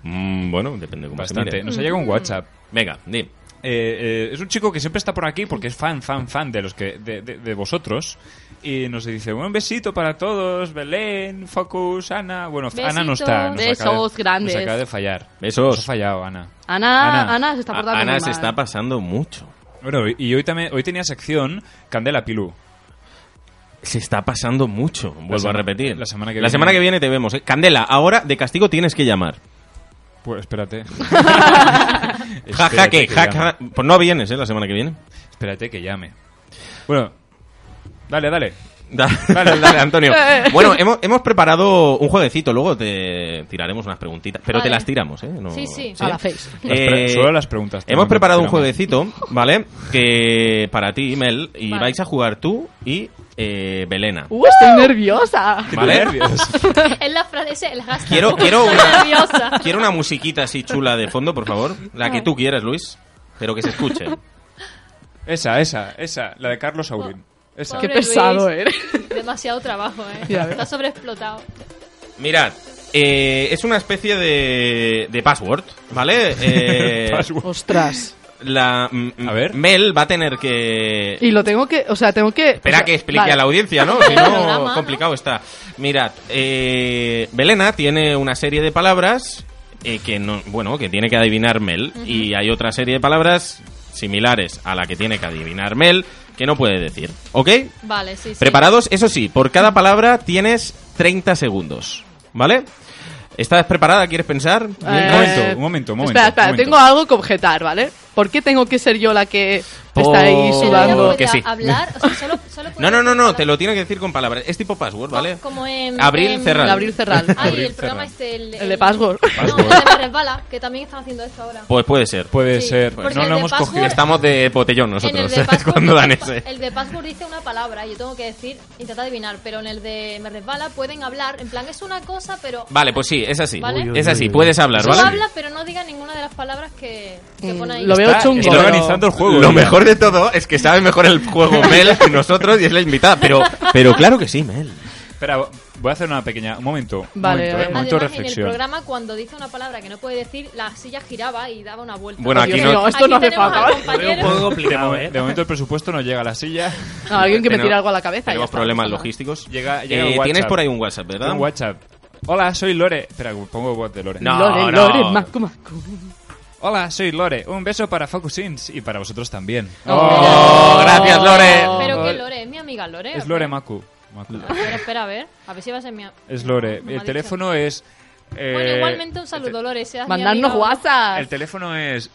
Mm, bueno, depende cómo se Bastante. mire. Nos ha llegado Mm. un WhatsApp. Eh, Venga, di. es un chico que siempre está por aquí porque es fan, fan, fan de los que de, de- de vosotros y nos dice un besito para todos Belén, Focus, Ana. Bueno, Ana no está. Nos Besitos. acaba de- Besos grandes. Nos acaba de fallar. Besos. Nos ha fallado Ana. Ana, Ana, se está A- portando Ana muy se mal. está pasando mucho. Bueno, y- y hoy también hoy tenía sección Candela Pilú. Se está pasando mucho, vuelvo sema- a repetir. la semana que La viene- semana que viene te vemos. eh. Candela, ahora de castigo tienes que llamar. Pues espérate. Ja, ja, Espérate que, ja, llame. ja. Pues no vienes, ¿eh? La semana que viene. Espérate que llame. Bueno, dale, dale. Da- Dale, dale, Antonio. Eh. Bueno, hemos, hemos preparado un jueguecito, luego te tiraremos unas preguntitas, pero te Vale. las tiramos, ¿eh? No- Eh, Sí, sí. A la face. Las pre- solo las preguntas te Hemos mando, preparado un tiramos. jueguecito, ¿vale? Que para ti, Mel, y Vale. vais a jugar tú y eh, Belena. ¡Uh, estoy nerviosa! ¿Vale? es la frase, el hashtag. Quiero, quiero, Estoy una, nerviosa. quiero una musiquita así chula de fondo, por favor. La que tú quieras, Luis, pero que se escuche. Esa, esa, esa, la de Carlos Aurín. Esa. Pobre Luis. Demasiado trabajo, ¿eh? Ya ves. Está sobreexplotado. Mirad, eh, es una especie de, de password, ¿vale? Eh, Ostras. La, a ver. Mel va a tener que... Y lo tengo que, o sea, tengo que... Espera que explique vale. a la audiencia, ¿no? Si Programa, no, ¿no? complicado está. Mirad, eh, Belena tiene una serie de palabras eh, que no, bueno, que tiene que adivinar Mel y hay otra serie de palabras similares a la que tiene que adivinar Mel que no puede decir, ¿ok? Vale, sí, sí. Preparados, eso sí, por cada palabra tienes 30 segundos, ¿vale? ¿Estás preparada? ¿Quieres pensar? Un momento, un momento, un Eh, Espera, espera, tengo algo que objetar, ¿vale? ¿Por qué tengo que ser yo la que está ahí Por- sudando? que sí. Hablar, o sea, solo, solo No, no, no, no, te lo tiene que decir con palabras. Es tipo password, ¿vale? como en... Abril en- Cerral. Abril Cerral. Ay, Abril el programa Cerral. este... El, El de Password. No, el de Me Resbala, que también están haciendo esto ahora. Pues puede ser. Puede ser. porque pues, No el lo de hemos Password- cogido. Estamos de botellón En el nosotros ¿eh? de Password, cuando dan ese. el de Password dice una palabra y yo tengo que decir, intentar adivinar, pero en el de Me Resbala pueden hablar, en plan, es una cosa, pero... Vale, pues sí, es así. ¿Vale? Uy, uy, Es uy, así, uy. puedes hablar, Solo ¿vale? habla, pero no diga ninguna de las palabras que, que pone ahí. Mm, lo veo Está- chungo, está pero- organizando el juego, Lo ¿eh? mejor de todo es que sabe mejor el juego Mel que nosotros y es la invitada. Pero, pero claro que sí, Mel. Espera, voy a hacer una pequeña. Un momento. Un Vale, momento, vale. eh, un momento de Además, en el reflexión. programa, cuando dice una palabra que no puede decir, la silla giraba y daba una vuelta. Bueno, aquí Dios no- mío, esto no hace tenemos falta, al ¿vale? compañero. de, mo- de momento el presupuesto no llega a la silla. No, alguien que me tire Tenemos- algo a la cabeza. y ya Tenemos está. problemas logísticos. Llega, llega Eh, un WhatsApp. Tienes por ahí un WhatsApp, ¿verdad? Un WhatsApp. Hola, soy Lore. Espera, pongo voz de Lore. No, Lore, no. Lore, Macu, Hola, soy Lore. Un beso para Focusins y para vosotros también. Oh, gracias, Lore. Pero que Lore, ¿eh? es mi amiga Lore. Es Lore Macu. Macu. A ver, espera, a ver. A ver si va a ser mi. Es Lore. me ha el dicho. teléfono es. eh, Bueno, igualmente un saludo, Lore. seas mi Mandarnos amiga o no. WhatsApp. El teléfono es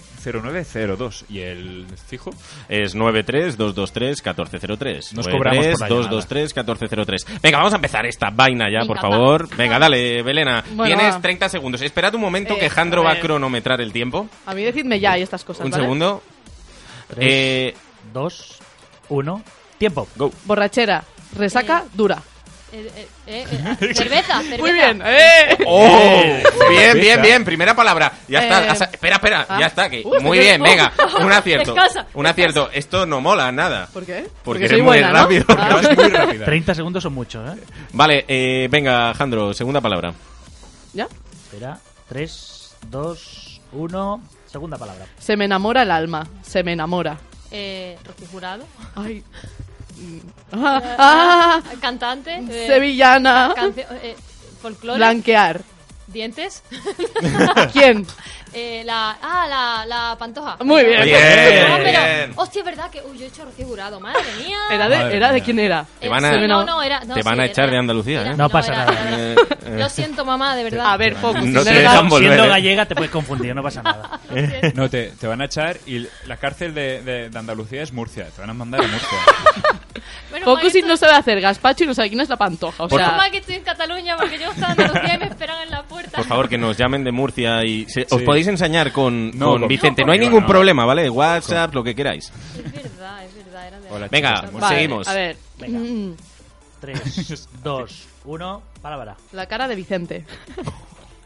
629-140902 y el fijo. Es 93223-1403. Nos cobramos por la 93223-1403. Venga, vamos a empezar esta vaina ya, por Venga, favor. Venga, dale, Belena. Bueno, Tienes va. 30 segundos. Esperad un momento Eh, que Jandro a va a ver. cronometrar el tiempo. A mí decidme ya y estas Pues cosas, Un ¿vale? segundo. Tres, Eh, Dos, uno, tiempo. Go. Borrachera, resaca, dura. Eh, eh, eh, eh, cerveza, cerveza. Muy bien. ¡Eh! ¡Oh! bien, cerveza. bien, bien. Primera palabra. Ya Eh, está. Asa- espera, espera. ah. Ya está. que- Uh, muy te- bien, oh. venga. Un acierto. Descansa, Un acierto. Esto no mola nada. ¿Por qué? Porque, eres muy ¿no? rápido. Ah. vas muy rápida. 30 segundos son muchos, ¿eh? Vale, eh, venga, Jandro, segunda palabra. ¿Ya? Espera. 3, 2, 1. Segunda Eh. palabra. Se me enamora el alma. Se me enamora. Eh, Rocío Jurado. Ay. Mm. Eh, Ah, ah, cantante. eh, Sevillana. cance- eh, folclore. Blanquear. Dientes. ¿Quién? Eh, la, ah, la, la pantoja. Muy bien. Bien, No, pero, bien. hostia, es verdad que. Uy, yo he hecho rocío jurado, madre mía. Eh, Era de, era de quién era. Te van a, sí, no, no, era- no, te van sí, a echar era- de Andalucía, ¿eh? No pasa era- nada. Eh, eh. Lo siento, mamá, de verdad. A ver, focus. No te dejan volver, Siendo ¿eh? gallega te puedes confundir, no pasa nada. No, te, te van a echar y la cárcel de, de- de Andalucía es Murcia. Te van a mandar a Murcia. Focusin no sabe hacer gazpacho y no sabe quién es la pantoja. O Menos sea, mal que estoy en Cataluña porque yo estaba en Andalucía y me esperan en la puerta. Por favor, que nos llamen de Murcia y se- os Sí. podéis ensañar con, No, con con- Vicente. no, No hay conmigo ningún no. problema, ¿vale? WhatsApp, lo que queráis. Es verdad, es verdad. Era de Hola, Venga, chicos, vale, pues seguimos. A ver. Venga. Mm, 3, 2, 1, palabra. la cara de Vicente.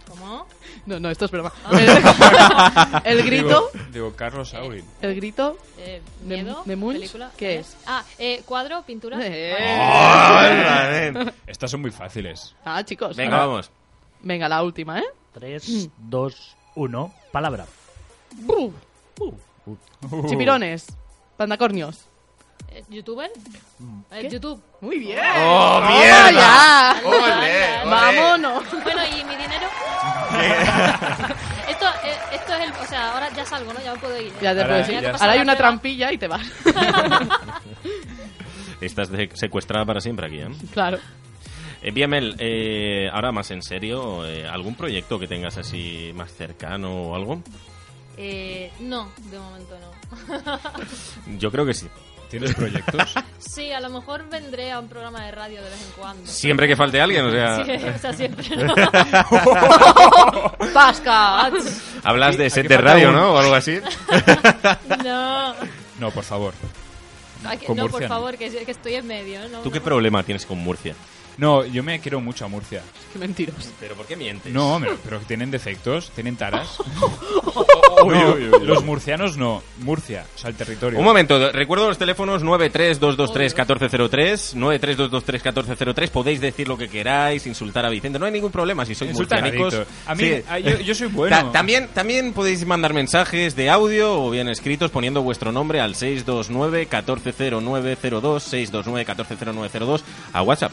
¿Cómo? No, no, esto es broma. Ah. El grito. Digo, digo, Carlos Aurin. El grito. Eh, de- ¿Miedo? de Munch, película, ¿qué ¿vale? es? Eh. Ah, eh, cuadro, pintura. Estas son muy fáciles. Ah, chicos. Venga, Ah. vamos. Venga, la última, ¿eh? 3, 2, 1, palabra. Bu. Uh. Chipirones. Pandacornios. Eh, ¿Youtuber? Eh, YouTube. Muy bien. ¡Oh, Mm. ¡Toma mierda! ya! Ole, ole. ¡Vámonos! Bueno, ¿y mi dinero? esto, eh, esto es el... O sea, ahora ya salgo, ¿no? Ya me puedo ir. ¿eh? Ya te Ahora, puedes ir. ya está. Ahora hay una trampilla y te vas. Estás de- secuestrada para siempre aquí, ¿eh? claro. Eh, bien, Mel, eh, ahora más en serio, eh, ¿algún proyecto que tengas así más cercano o algo? Eh, no, de momento no. Yo creo que sí. ¿Tienes proyectos? sí, a lo mejor vendré a un programa de radio de vez en cuando. Siempre que falte alguien, o sea... Sí, o sea, siempre no. ¡Pasca! Hablas de Aquí set de falta radio, uno. ¿no? O algo así. no. No, por favor. Ay, que- Con no, por murciano. favor, que, que estoy en medio. No, ¿Tú qué no. problema tienes con Murcia? No, yo me quiero mucho a Murcia. ¡Qué mentiros! ¿Pero por qué mientes? No, hombre, pero tienen defectos, tienen taras. Uy, No, uy, uy, uy. Los murcianos no. Murcia, o sea, el territorio. Un momento, recuerdo los teléfonos 93223-1403, 93223-1403, podéis decir lo que queráis, insultar a Vicente, no hay ningún problema si sois Insulta a murcianicos. Nadito. A mí- a- yo- yo soy bueno. Ta- también, también podéis mandar mensajes de audio o bien escritos poniendo vuestro nombre al 629-140902, 629-140902, a WhatsApp.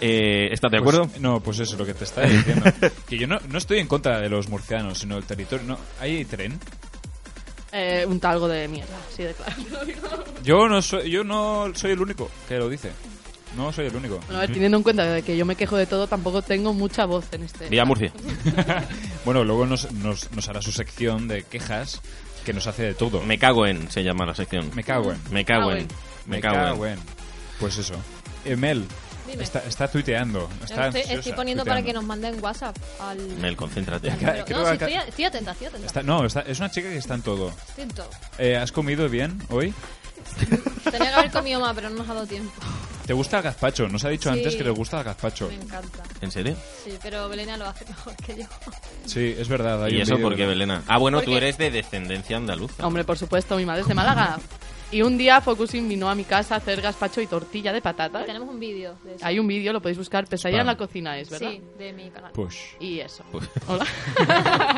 Eh, ¿Estás de Pues- acuerdo? no, pues eso es lo que te estaba diciendo. que yo no, no estoy en contra de los murcianos, sino el territorio. No, ¿Hay tren? Eh, un talgo de mierda, así de claro. Yo no, soy, yo no soy el único que lo dice. No soy el único. Bueno, a ver, teniendo en cuenta de que yo me quejo de todo, tampoco tengo mucha voz en este. Vía Murcia. bueno, luego nos, nos- nos hará su sección de quejas que nos hace de todo. Me cago en, se llama la sección. Me cago en. Me cago en. Ah, Me cago en. Pues eso. Eh, Mel, Dime. está, está tuiteando. Está estoy, ansiosa estoy poniendo para que tuiteando. nos manden WhatsApp al... Mel, concéntrate. al número. Acá- creo No, que sí, acá- estoy, estoy atenta, estoy atenta. Está- no, está- es una chica que está en todo. Estoy en todo. Eh, ¿Has comido bien hoy? Tenía que haber comido más, pero no nos ha dado tiempo. ¿Te gusta el gazpacho? Nos ha dicho Sí. antes que le gusta el gazpacho. Me encanta. ¿En serio? Sí, pero Belena lo hace mejor que yo. Sí, es verdad. hay ¿Y un eso vídeo por qué, de- Belena? Ah, bueno, Porque- tú eres de descendencia andaluza. Hombre, por supuesto, mi madre es de Málaga. Y un día Focusin vino a mi casa a hacer gazpacho y tortilla de patata. Tenemos un vídeo de eso. Hay un vídeo, lo podéis buscar, pesadilla en Spam. la cocina es, ¿verdad? Sí, de mi canal. Push. Y eso. Pues- Hola.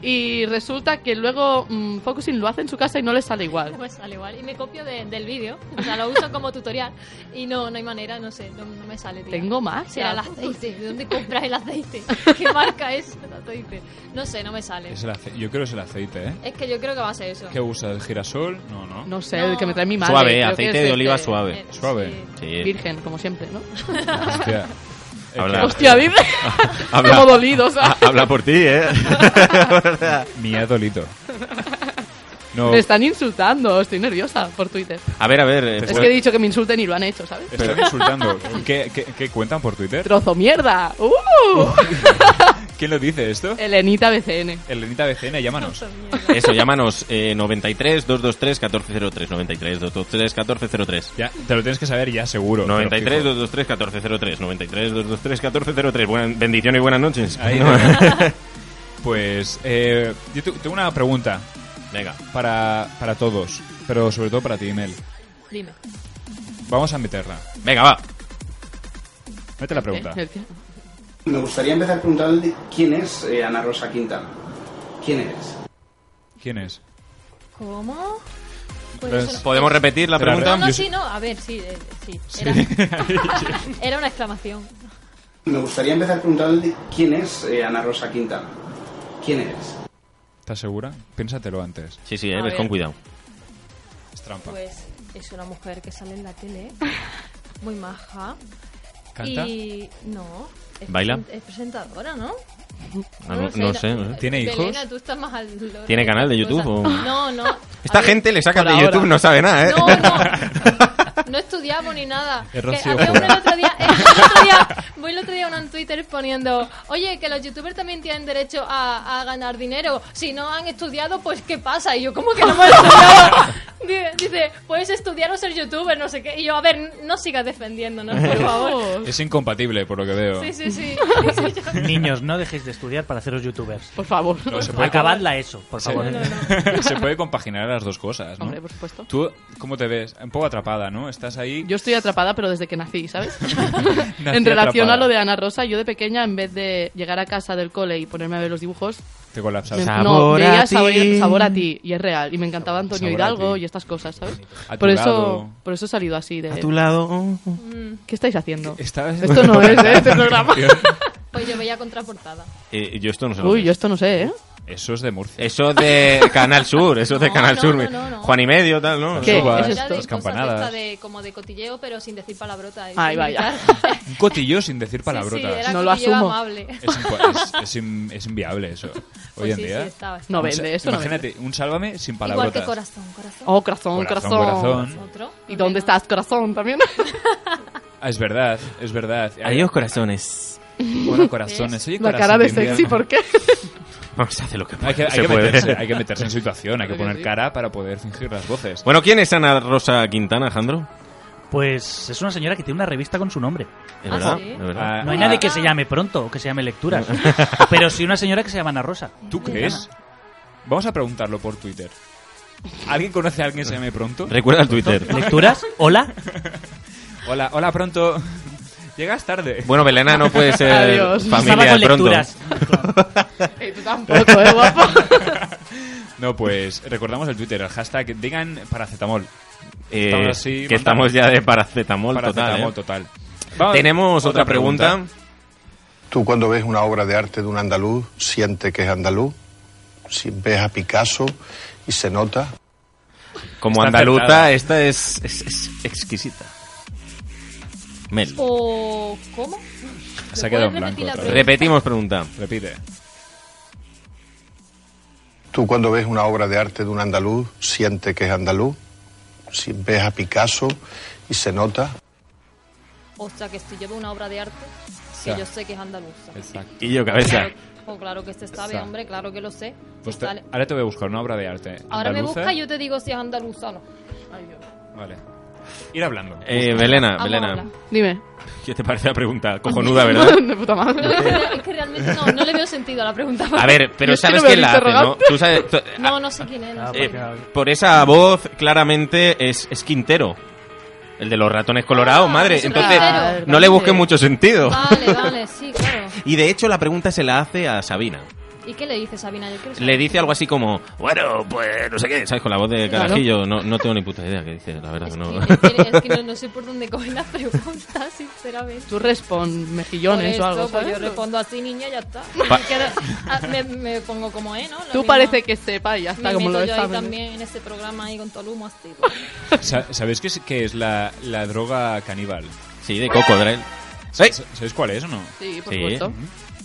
y resulta que luego mm, Focusin lo hace en su casa y no le sale igual. Pues al igual. Y me copio de- del vídeo. O sea, lo uso como tutorial. Y no, no hay manera, no sé, no, no me sale. tía. Ah, Tengo más. Será el aceite. ¿De dónde compras el aceite? ¿Qué marca es el aceite? No sé, no me sale. Es el ace- Yo creo que es el aceite, ¿eh? Es que yo creo que va a ser eso. ¿Qué usa? ¿El girasol? No, no. No sé, el que me trae mi madre. Suave, eh, creo que aceite es de este- oliva suave. Eh, Suave. Sí. Virgen, como siempre, ¿no? Hostia. Eh, Habla. Hostia, dice. Habla- Como dolido, ¿sabes? Ha- Habla por ti, ¿eh? que- Mía Dolito. No, Me están insultando, estoy nerviosa por Twitter. A ver, a ver. eh, Es que he dicho que me insulten y lo han hecho, ¿sabes? están insultando. ¿Qué, qué, qué cuentan por Twitter? ¡Trozo mierda! ¡Uh! ¿Quién lo dice esto? Elenita BCN. Elenita BCN, llámanos. Eso, llámanos eh, 93 223 1403. 93 223 1403. Ya, te lo tienes que saber ya seguro. te lo 93 fijo. 223 1403. 93 223 1403. Buena, bendición y buenas noches. Ahí No, te- Pues eh, yo tu- tengo una pregunta Venga. para, para todos, pero sobre todo para ti, Mel. Dime. Vamos a meterla. Venga, va. Mete la pregunta. Eh, eh, Me gustaría empezar preguntándole quién es eh, Ana Rosa Quintana. ¿Quién eres? eh. ¿Quién es? ¿Cómo? Pues Pues, eso no- ¿Podemos repetir la Te la pregunta? No, no, Yo sí, sé- no. A ver, sí, eh, sí. Era, era una exclamación. Me gustaría empezar preguntándole quién es eh, Ana Rosa Quintana. ¿Quién eres? ¿Estás segura? Piénsatelo antes. Sí, sí, A eres ver. con cuidado. Es trampa. Pues es una mujer que sale en la tele, muy maja. ¿Canta? Y no. Es ¿Baila? presen- Es presentadora, ¿no? Ah, no- no sé, no sé. ¿Tiene hijos? Belena, tú estás más al loro ¿Tiene de canal de estas YouTube cosas. o- No, no. Esta A ver, gente le sacan por de YouTube, ahora. no sabe nada, ¿eh? No, no. No estudiamos ni nada. Es Que Rocío había uno el Jurado. otro día, el otro día- voy el otro día a uno en Twitter poniendo, oye, que los youtubers también tienen derecho a, a ganar dinero. Si no han estudiado, pues ¿qué pasa? Y yo, ¿cómo que no hemos estudiado? Di- Dice, puedes estudiar o ser youtuber, no sé qué. Y yo, a ver, no sigas defendiéndonos, por favor. Es incompatible, por lo que veo. Sí, sí, sí. Niños, no dejéis de estudiar para haceros youtubers. Por favor. No, se puede- Acabadla eso, por Sí. favor. Se puede compaginar las dos cosas, ¿no? Hombre, por supuesto. Tú, ¿cómo te ves? Un poco atrapada, ¿no? Estás ahí... Yo estoy atrapada, pero desde que nací, ¿sabes? Nací en relación atrapada. a lo de Ana Rosa, yo de pequeña, en vez de llegar a casa del cole y ponerme a ver los dibujos, Te colapsas. me- no, leía sabor, Sabor a ti, y es real. Y me encantaba Antonio Sabor a Hidalgo ti. y estas cosas, ¿sabes? A tu Por lado. eso, por eso he salido así de... A tu lado. ¿Qué estáis haciendo? Estabas- Esto no es, ¿eh? Este programa. Pues yo veía contraportada. Eh, yo esto no sé. Uy, yo esto no sé, ¿eh? Eso es de Murcia. Eso de Canal Sur, eso de Canal Sur. Juan y medio, tal, ¿no? ¿Qué? Eso va, ¿Es Era de Las cosas de Ah. campanadas. esta de- como de cotilleo, pero sin decir palabrota. Ay, sin vaya. gritar. Un cotillo sin decir palabrotas. era No lo cotillo asumo. amable. Pues Es, impo- es- es in- es inviable eso. Hoy en sí, día. sí, estaba, estaba. No Un vende, sa- esto no Imagínate, un sálvame sin palabrotas. Igual que corazón, corazón. Oh, corazón, corazón. Corazón, corazón. Otro. ¿Y dónde estás, corazón, también? Ah, es verdad, es verdad. Adiós, corazones. Bueno, corazones. Oye, La corazón cara de de sexy, invierno. ¿por qué? Vamos a hacer lo que Hay que, hay se que puede. meterse, hay que meterse en situación, hay que Creo que poner sí. cara para poder fingir las voces. Bueno, ¿quién es Ana Rosa Quintana, Jandro? Ah, Pues es una señora que tiene una revista con su nombre. ah, ¿Es Ah, verdad? ¿sí? ¿Es verdad? No hay nadie que se llame pronto o que se llame lecturas. pero sí una señora que se llama Ana Rosa. ¿Tú crees? Vamos a preguntarlo por Twitter. ¿Alguien conoce a alguien que se llame pronto? Recuerda el Twitter. ¿Lecturas? ¿Hola? Hola, hola pronto. Llegas tarde. Bueno, Belena no puede ser Adiós. familia Estaba de con pronto. lecturas. Eh, tú tampoco, ¿eh, guapo? No, pues recordamos el Twitter, el hashtag digan paracetamol. Eh, Estamos así, que mandamos. estamos ya de paracetamol, Paracetamol total. ¿eh? total. Vamos, Tenemos otra, pregunta. ¿Tú cuando ves una obra de arte de un andaluz sientes que es andaluz? Si ves a Picasso y se nota. Como eh, Está andaluta, acertada. esta es, es- es exquisita. Mel. ¿O cómo? Se ¿Me ha quedado puedes repetir la pregunta? Repetimos pregunta. Repite. ¿Tú cuando ves una obra de arte de un andaluz sientes que es andaluz? Si ves a Picasso y se nota. Ostras, que si yo veo una obra de arte, que Ya. yo sé que es andaluza. Y yo, cabeza. Claro, oh, claro que se sabe, Sa. hombre, claro que lo sé. Pues Se te- sale. ahora te voy a buscar una obra de arte. Ahora me andaluza. busca y yo te digo si es andaluza o no. Vale. Ir hablando. Eh, Belena, Vamos a Belena. hablar. Dime. ¿Qué te parece la pregunta? Cojonuda, ¿verdad? de puta madre. es que realmente no, no le veo sentido a la pregunta. A ver, pero Yo sabes quiero quién la ver hace, ¿no? interrogante. Tú sabes, tú- No, no sé quién es. no sé eh, quién es. por esa voz, claramente es, es Quintero. El de los ratones colorados, Oh, madre. Ah, es el Entonces, Quintero. no le busques mucho sentido. Vale, vale, sí, claro. Y de hecho, la pregunta se la hace a Sabina. ¿Y qué le dices, Sabina? Yo quiero saber. Le dice algo así como, bueno, pues no sé qué, ¿sabes? Con la voz de Claro. Carajillo, no, no tengo ni puta idea qué dice, la verdad. no. Es que, es que no, no sé por dónde coger las preguntas, sinceramente. Tú respon mejillones Por o algo, esto, pues ¿sabes? yo respondo así, niña, ya está. Pa- Y que ahora, ah, me, me pongo como, ¿eh? ¿no? La Tú misma- parece que sepa y ya está, me como meto lo yo ahí exámenes. también en este programa ahí con todo el humo así. pues. Sa- ¿Sabéis qué es, qué es la, la droga caníbal? Sí, de Cocodril. Sa- sa- ¿Sabéis cuál es o no? Sí, por Sí. supuesto.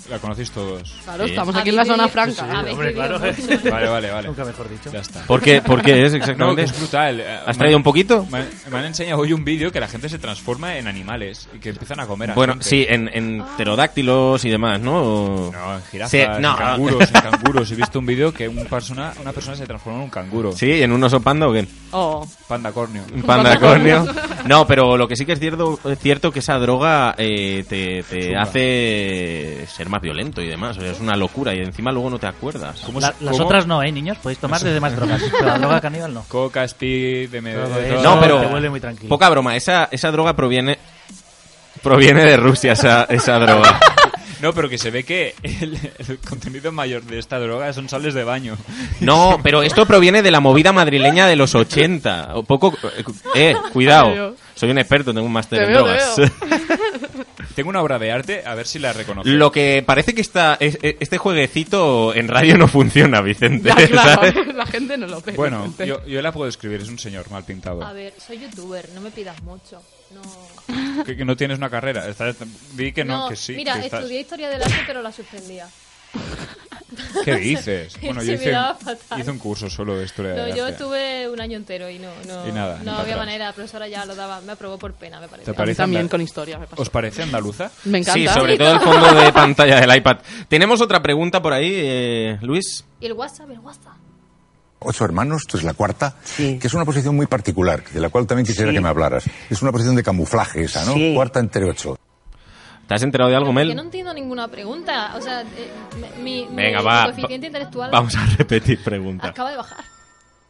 La conocéis todos. Claro, Sí. estamos aquí en la zona franca. Habéis Hombre, claro. vivido mucho. Vale, vale, vale. Nunca mejor dicho. Ya está. ¿Por qué- por qué es exactamente? No, que es brutal. Eh, ¿Has me- traído un poquito? Me, me han enseñado hoy un vídeo que la gente se transforma en animales y que empiezan a comer a Bueno, gente. sí, en, en Ah. pterodáctilos y demás, ¿no? No, en jirafas, Se- en canguros, en canguros. He visto un vídeo que un persona, una persona se transformó en un canguro. Sí, en un oso panda o qué? Oh. Pandacornio. Un panda corneo. No, pero lo que sí que es cierto es cierto que esa droga eh, te, te Zumba. hace ser más violento y demás. O sea, es una locura y encima luego no te acuerdas. La- las otras no, ¿eh, niños? Podéis tomar de demás drogas. Pero la droga caníbal no. Coca, speed, de medio. Todo eso No, pero te vuelve muy tranquilo. poca broma, esa, esa droga proviene proviene de Rusia esa, esa droga. No, pero que se ve que el, el contenido mayor de esta droga son sales de baño. No, pero esto proviene de la movida madrileña de los 80. eh, O poco eh, cuidado. Soy un experto, tengo un máster Te en veo, te drogas. veo. Tengo una obra de arte, a ver si la reconoces. Lo que parece que está, es- es- este jueguecito en radio no funciona, Vicente. Ya, ¿sabes? claro, la gente no lo ve. Bueno, yo, yo la puedo escribir, es un señor mal pintado. A ver, soy youtuber, no me pidas mucho. No. Que, que no tienes una carrera. Estás- di que no, que sí. Mira, que estás- estudié historia del arte, pero la suspendía. ¿Qué dices? Bueno, Se yo hice, miraba fatal. hice un curso solo de historia No, de yo arte. estuve un año entero y no, no, Y nada, no para había atrás. manera. La profesora ya lo daba, me aprobó por pena, me parece. ¿Te parece también andal- con historia me pasó. ¿Os parece andaluza? Me encanta. Sí, sobre todo el fondo de pantalla del iPad. Tenemos otra pregunta por ahí, eh, Luis. Y el WhatsApp, el WhatsApp. Ocho hermanos, tú es la cuarta, que es una posición muy particular, de la cual también quisiera Sí. que me hablaras. Es una posición de camuflaje esa, ¿no? Sí. Cuarta entre ocho. ¿Te has enterado de algo, Que Mel? no entiendo ninguna pregunta. O sea, eh, mi, mi- Venga, mi va, coeficiente intelectual vamos a repetir pregunta. acaba de bajar.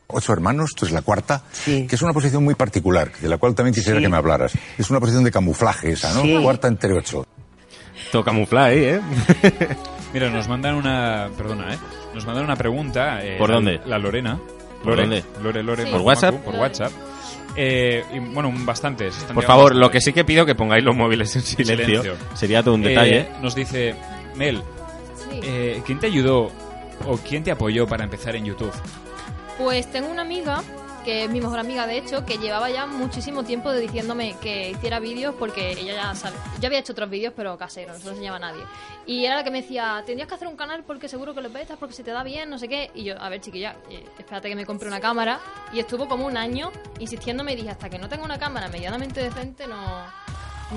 Ocho hermanos, tú es la cuarta, que es una posición muy particular, de la cual también quisiera que me hablaras. Es una posición de camuflaje esa, ¿no? Sí. Cuarta entre ocho. Todo camuflaje ahí, ¿eh? Mira, nos mandan una. Perdona, ¿eh? Nos mandan una pregunta. eh, ¿Por dónde? La Lorena. ¿Por dónde? Lore, Lore, Sí. Macu, ¿Por WhatsApp? Por WhatsApp. Eh, y, bueno, bastantes. están Por llegando favor, lo bastantes. que sí que pido que pongáis los móviles en silencio. Sería todo un Eh, detalle. nos dice, Mel, eh, ¿quién te ayudó o quién te apoyó para empezar en YouTube? Pues tengo una amiga, que es mi mejor amiga de hecho, que llevaba ya muchísimo tiempo de diciéndome que hiciera vídeos porque ella ya sabe. Yo había hecho otros vídeos, pero caseros, no se enseñaba a nadie. Y era la que me decía, tendrías que hacer un canal porque seguro que lo petas, porque se te da bien, no sé qué. Y yo, a ver, chiquilla, eh, espérate que me compre una cámara. Y estuvo como un año insistiéndome y dije, hasta que no tenga una cámara medianamente decente, no.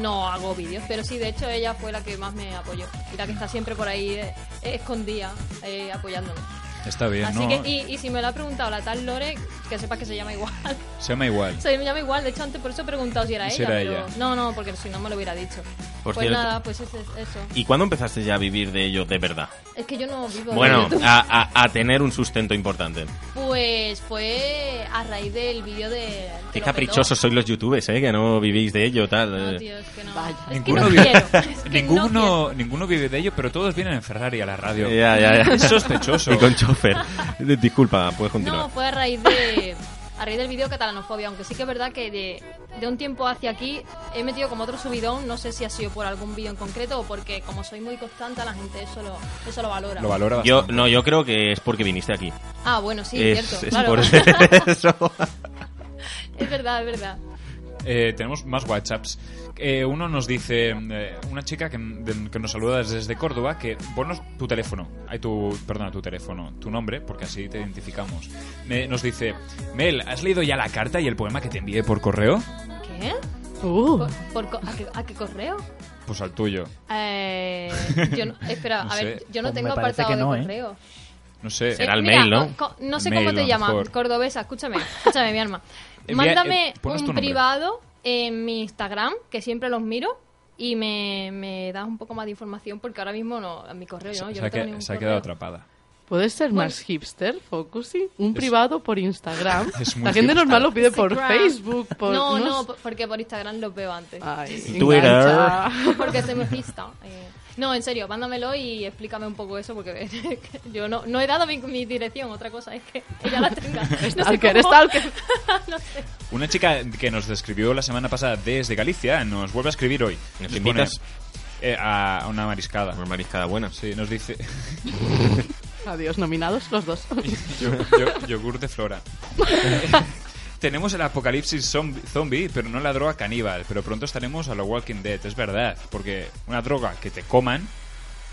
No hago vídeos, pero sí, de hecho ella fue la que más me apoyó y la que está siempre por ahí eh, escondida eh, apoyándome. Está bien, Así ¿no? que, y, y si me lo ha preguntado la tal Lore, que sepas que se llama igual. Se llama igual. se me llama igual, de hecho antes por eso he preguntado si era Si ella. era pero- ella. No, no, porque si no me lo hubiera dicho. Por pues cierto. nada, pues es, es- eso. ¿Y cuándo empezaste ya a vivir de ello de verdad? Es que yo no vivo de Bueno, ah. YouTube. a, a- a tener un sustento importante. Pues fue a raíz del vídeo de... Qué caprichosos sois los youtubers, ¿eh? Que no vivís de ello, tal. eh. Tío, es que no... Es que Ninguno, no vive, quiero. Es que no ninguno, ninguno vive de ello, pero todos vienen en Ferrari a la radio. Ya, ya, ya. Es sospechoso. Y con chofer. Disculpa, puedes continuar. No, fue a raíz de a raíz del vídeo catalanofobia, aunque sí que es verdad que de, de un tiempo hacia aquí he metido como otro subidón, no sé si ha sido por algún vídeo en concreto o porque como soy muy constante la gente eso lo, eso lo valora. Yo, no, yo creo que es porque viniste aquí. Ah, bueno, sí, es, cierto, es claro. por eso. Es verdad, es verdad. Eh, tenemos más WhatsApps. Eh, uno nos dice, eh, una chica que, de- que nos saluda desde Córdoba, que ponnos tu teléfono, ay, tu, perdona, tu teléfono, tu nombre, porque así te identificamos. Me- nos dice, Mel, ¿has leído ya la carta y el poema que te envié por correo? ¿Qué? Uh. Por, por co- ¿a, qué, a qué correo? Pues al tuyo. Eh, yo no- espera, No a sé. ver, yo no Pues tengo me parece apartado que no, de ¿eh? correo. No sé. Será Eh, el mira, mail, ¿no? co- co- no sé Mail, cómo a te lo llaman, mejor. cordobesa, escúchame, escúchame mi alma. Envía- Mándame eh, ponos tu un nombre. privado en mi Instagram, que siempre los miro, y me, me das un poco más de información, porque ahora mismo no, a mi correo, ¿no? Se Yo ha no tengo que- ningún se ha correo. quedado atrapada. ¿Puedes ser más hipster, Focusy? Un privado por Instagram. es muy La gente hipster. normal lo pide por Instagram. Facebook, por... No, no, sé. por- porque por Instagram los veo antes. Twitter. engancha. Porque se me pista. eh. No, en serio, mándamelo y explícame un poco eso, porque yo no, no he dado mi, mi dirección. Otra cosa es que ella la tenga. No sé Stalker, cómo. stalker. no sé. Una chica que nos describió la semana pasada desde Galicia nos vuelve a escribir hoy. ¿Nos Nos invitas? pone, eh, a a una mariscada. Una mariscada buena. Sí, nos dice... Adiós, nominados los dos. Yo- yo- yogur de flora. Eh, Tenemos el apocalipsis zombi- zombie, pero no la droga caníbal. Pero pronto estaremos a la Walking Dead, es verdad. Porque una droga que te coman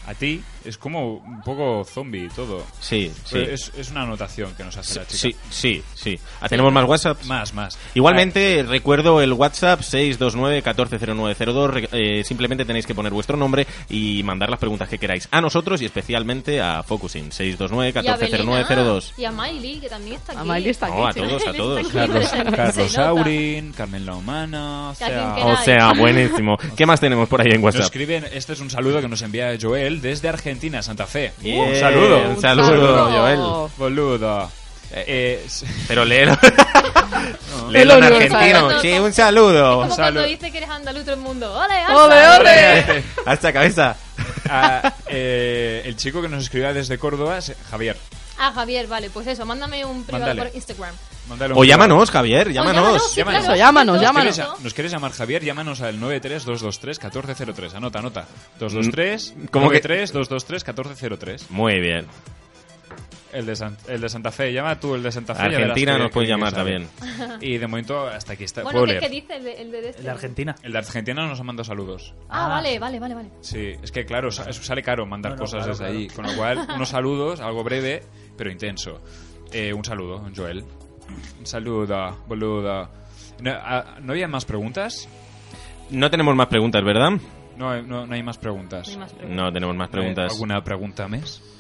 a ti es como un poco zombie y todo. Sí, sí. Pero Es, es una anotación que nos hace la chica. Sí, sí, sí. Ah, ¿Tenemos más WhatsApp? Más, más. Igualmente, recuerdo el WhatsApp 629-140902. Re- eh, simplemente tenéis que poner vuestro nombre y mandar las preguntas que queráis a nosotros y especialmente a Focusing. Y a Belén, 629-140902. ah, Y a Miley, que también está aquí. No, a todos, a todos. Carlos, Carlos Se nota. Aurin, Carmen La Humana, o Que alguien sea, que O sea, buenísimo. ¿Qué más tenemos por ahí en Nos WhatsApp? escriben, este es un saludo que nos envía Joel desde Argentina, Santa Fe. Bien, un saludo. un saludo, Joel. Boludo. Eh, Pero léelo. Léelo en No. Léelo en argentino. argentino. Sí, un saludo. Como cuando dice que eres andaluz todo el mundo. ¡Ole, ¡Ole, alza! Hasta cabeza. Ah, eh, el chico que nos escribía desde Córdoba es Javier. Ah, Javier, vale, pues eso, mándame un privado Mándale. por Instagram. Mándale un O correo. llámanos, Javier, llámanos. sí, claro. Eso, llámanos, ¿Nos llámanos. quieres- ¿Nos quieres llamar, Javier? Llámanos al 93223-1403. Anota, anota. 223 Mm, ¿Cómo que? 223-1403. Muy bien. El de, San- el de Santa Fe. Llama tú el de Santa Fe. ya verás Argentina que- nos puede que llamar sale. también. Y de momento hasta aquí está. Bueno, Puedo ¿qué, leer. qué dice el de, el de este? Argentina. El de Argentina nos ha mandado saludos. Ah, vale, vale, vale, vale. Sí, es que claro, sa- sale caro mandar No, no, cosas claro, desde claro. ahí. Con lo cual, unos saludos, algo breve, pero intenso. Eh, un saludo, Joel. Un saludo, boludo. No, ah, ¿no había más preguntas? No tenemos más preguntas, ¿verdad? No, no, no hay más preguntas. No tenemos más Eh, preguntas. ¿Alguna pregunta más?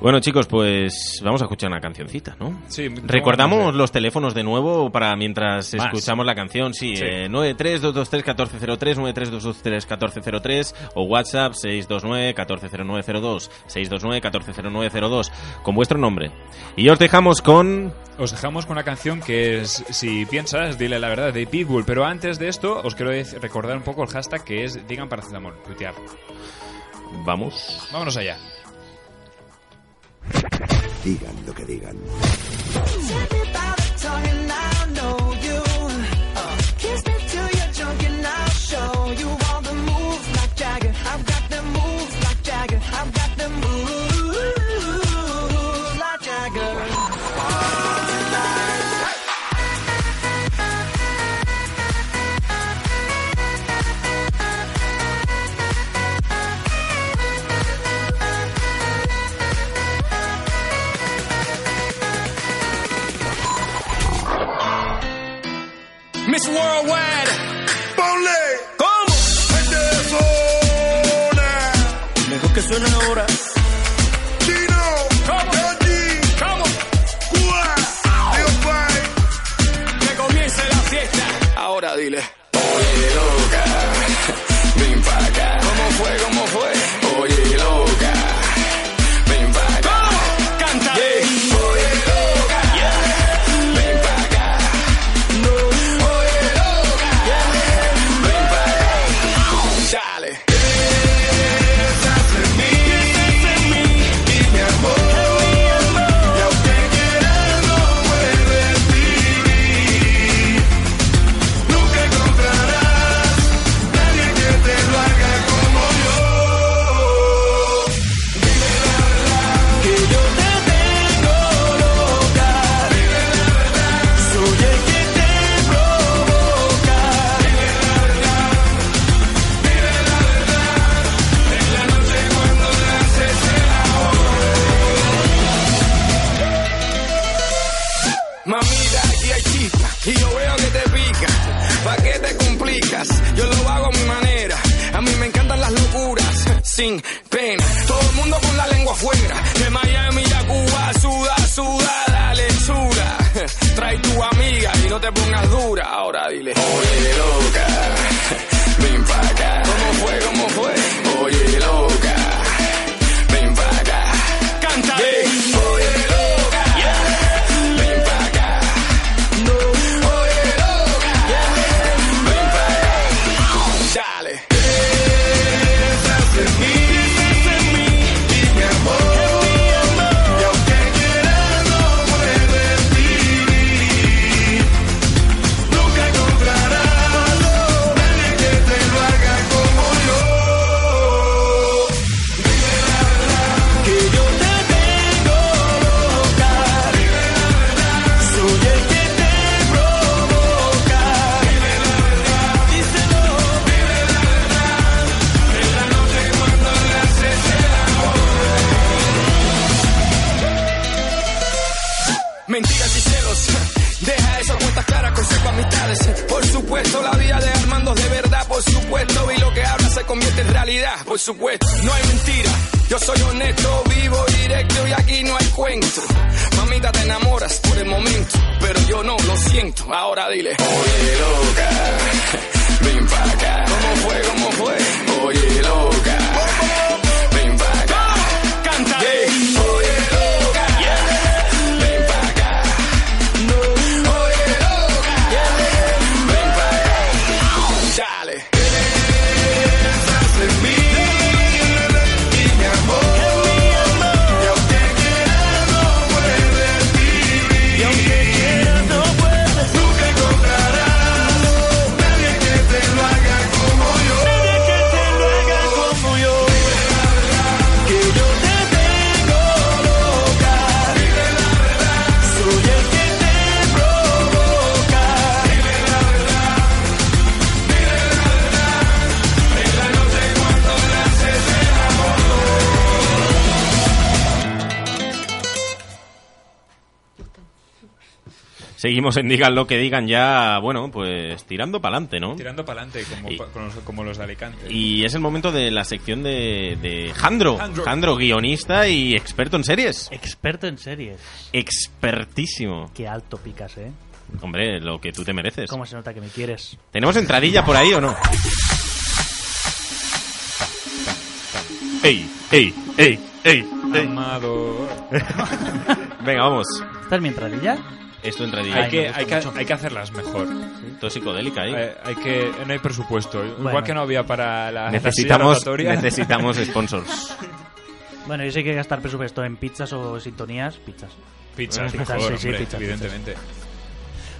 Bueno, chicos, pues vamos a escuchar una cancioncita, ¿no? Sí, Recordamos los teléfonos de nuevo para mientras Más. escuchamos la canción. Sí, Sí. eh, 93223-1403, 93223-1403 o WhatsApp 629-140902, 629-140902, con vuestro nombre. Y os dejamos con... Os dejamos con una canción que es, si piensas, dile la verdad, de Pitbull. Pero antes de esto, os quiero dec- recordar un poco el hashtag que es digan paracetamol, tuitear. Vamos. Vámonos allá. Digan lo que digan. Uh, Miss Worldwide. Ponle. ¿Cómo? El de zona. Mejor que suene ahora. Chino. ¿Cómo? ¿Cómo? Cuba. Que comience la fiesta. Ahora dile. Oye, loca. Ven para acá. ¿Cómo fue? ¿Cómo fue? Oye, loca. Ven para acá. ¿Cómo? Canta. Oye, loca. Ven para acá. No, oye, loca, ven pa' acá. Dale. Piensas en mí, y mi amor, y aunque quieras no puedes vivir. Nunca encontrarás nadie que te lo haga como yo. Dime la verdad, que yo te tengo loca. Dime la verdad, soy el que te provoca. Dime la verdad, dime la verdad. En la noche cuando naces el amor. Mamita, aquí hay chispa y yo veo que te pica. ¿Pa' qué te complicas? Yo lo hago a mi manera. A mí me encantan las locuras, sin pena. Todo el mundo con la lengua afuera. De Miami a Cuba, suda, suda, dale, suda. Trae tu amiga y no te pongas dura. Ahora dile. Oye, loca, ven pa' acá. ¿Cómo fue, cómo fue? Oye, loca, ven pa' acá. Canta. Oye, loca, ven pa' acá. No, oye, loca, ven pa' acá. Dale. Piensas en mí, y mi amor, y aunque quieras no puedes vivir. Nunca encontrarás nadie que te lo haga como yo. Dime la verdad, que yo te tengo loca. Dime la verdad, soy el que te provoca. Dime la verdad, díselo. Dime la verdad, en la noche cuando le haces el amor. Mentiras y celos. Deja esas cuentas claras, conserva amistades. Por supuesto, la vida de Armando es de verdad. Por supuesto, y lo que habla se convierte en realidad. Por supuesto, no hay mentira. Yo soy honesto, vivo directo y aquí no hay cuento. Mamita, te enamoras por el momento, pero yo no lo siento. Ahora dile, oye loca, ven pa' acá. ¿Cómo fue, cómo fue? Oye loca, ven pa' acá. Canta, oye loca, ven pa' acá. No, oye, loca, ven pa' acá. Dale. Piensas en mí, y mi amor, y aunque quieras no Seguimos en Digan lo que digan ya, bueno, pues tirando para adelante, ¿no? Tirando para adelante, como, pa- con los, como los de Alicante. Y es el momento de la sección de, de Jandro. Jandro. Jandro, guionista y experto en series. Experto en series. Expertísimo. Qué alto picas, ¿eh? Hombre, lo que tú te mereces. ¿Cómo se nota que me quieres? ¿Tenemos entradilla por ahí o no? ¡Ey! ¡Ey! ¡Ey! ¡Ey! ey. Venga, vamos. ¿Esta es mi entradilla? Es tu entradilla. Hay que, hay, que, hay que hacerlas mejor. Todo psicodélica, ¿eh? Hay, hay que, no hay presupuesto. Bueno. Igual que no había para la Necesitamos, la silla rotatoria. necesitamos sponsors. Bueno, yo sé que gastar presupuesto en pizzas o sintonías. Pizzas. Pizzas, Pizzas, mejor, sí, sí, hombre, pizzas, evidentemente.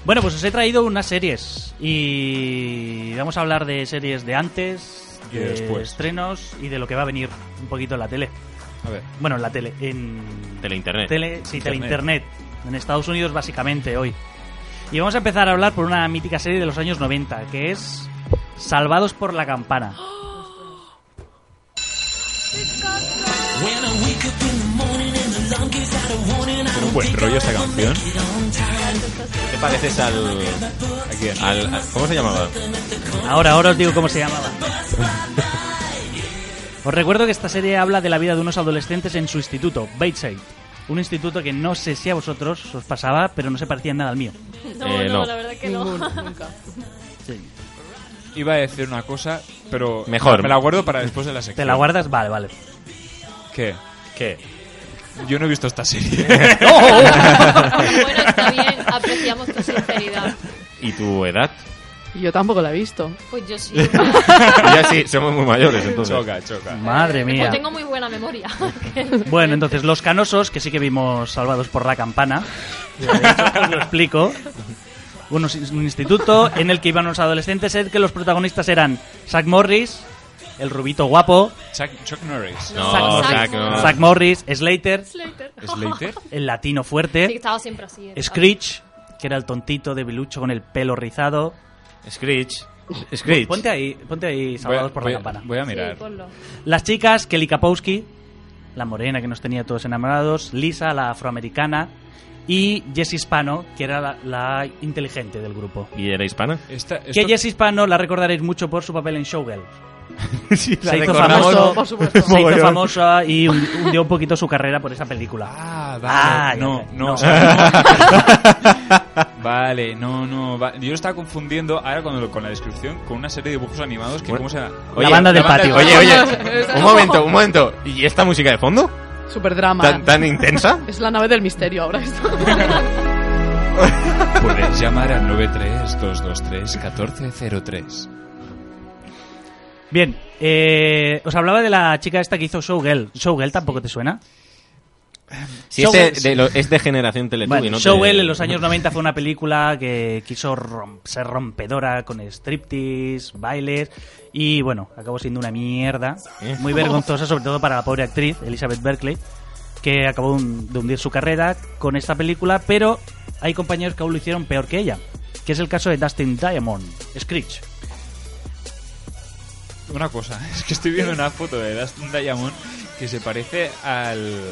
Bueno, pues os he traído unas series y vamos a hablar de series de antes, Y de después. estrenos y de lo que va a venir un poquito en la tele. A ver. Bueno, en la tele, en Teleinternet. tele, sí, Internet. teleinternet, en Estados Unidos básicamente hoy. Y vamos a empezar a hablar por una mítica serie de los años 90, que es Salvados por la Campana. Un buen rollo esta canción. ¿Qué te pareces al, al- al- ¿Cómo se llamaba? Ahora, ahora os digo cómo se llamaba. Os recuerdo que esta serie habla de la vida de unos adolescentes en su instituto, Bateside. Un instituto que no sé si a vosotros os pasaba, pero no se parecía en nada al mío. No, Eh, no, no. la verdad que no. nunca. Iba a decir una cosa, pero. Mejor. Me la guardo para después de la sección. ¿Te la guardas? Vale, vale. ¿Qué? ¿Qué? Yo no he visto esta serie. Bueno, está bien, apreciamos tu sinceridad. ¿Y tu edad? Yo tampoco la he visto. Pues yo sí. ya sí, somos muy mayores entonces. Choca, choca. Madre Pues mía. tengo muy buena memoria. Bueno, entonces, los canosos, que sí que vimos salvados por la campana, de hecho, os lo explico. Unos- un instituto en el que iban unos adolescentes, en el que los protagonistas eran Zach Morris, el rubito guapo, Chuck, Chuck Norris. No, Zack- Zack, no. Zack Morris, Slater, Slater. ¿Slater? el latino Sí, fuerte, estaba siempre así. ¿eh? Screech, que era el tontito de Belucho con el pelo rizado. Screech. Screech. Ponte ahí, ponte ahí, Voy a, salvados por voy la a- campana. voy a Sí, mirar. ponlo. Las chicas, Kelly Kapowski, la morena que nos tenía todos enamorados, Lisa, la afroamericana, y Jess Hispano, que era la, la inteligente del grupo. ¿Y era hispana? Esta- esto- Que Jess Hispano la recordaréis mucho por su papel en Showgirl. la se hizo recordamos, famoso, por supuesto. se hizo Mogollón. famosa y hun- hundió un poquito su carrera por esa película. Ah, Ah, vale. ya no, sé. no. vale, no, no. va- Yo lo estaba confundiendo ahora con, lo- con la descripción con una serie de dibujos animados que, Bueno. ¿cómo se llama? La banda del patio. Oye, oye, un momento, un momento. ¿Y esta música de fondo? Superdrama. ¿Tan, tan intensa? Es la nave del misterio ahora esto. Puedes llamar al 93223-1403. Bien, eh, os hablaba de la chica esta que hizo Showgirl. ¿Showgirl tampoco te suena? Si es Showgirl- este de, de lo- es de generación Teletubby, Bueno, ¿no? te- Showgirl en los años 90 fue una película que quiso rom- ser rompedora con striptease, bailes y bueno, acabó siendo una mierda. ¿Eh? Muy vergonzosa, sobre todo para la pobre actriz, Elizabeth Berkley, que acabó un- de hundir su carrera con esta película, pero hay compañeros que aún lo hicieron peor que ella, que es el caso de Dustin Diamond, Screech. Una cosa, ¿eh? es que estoy viendo una foto de Dustin Diamond que se parece al.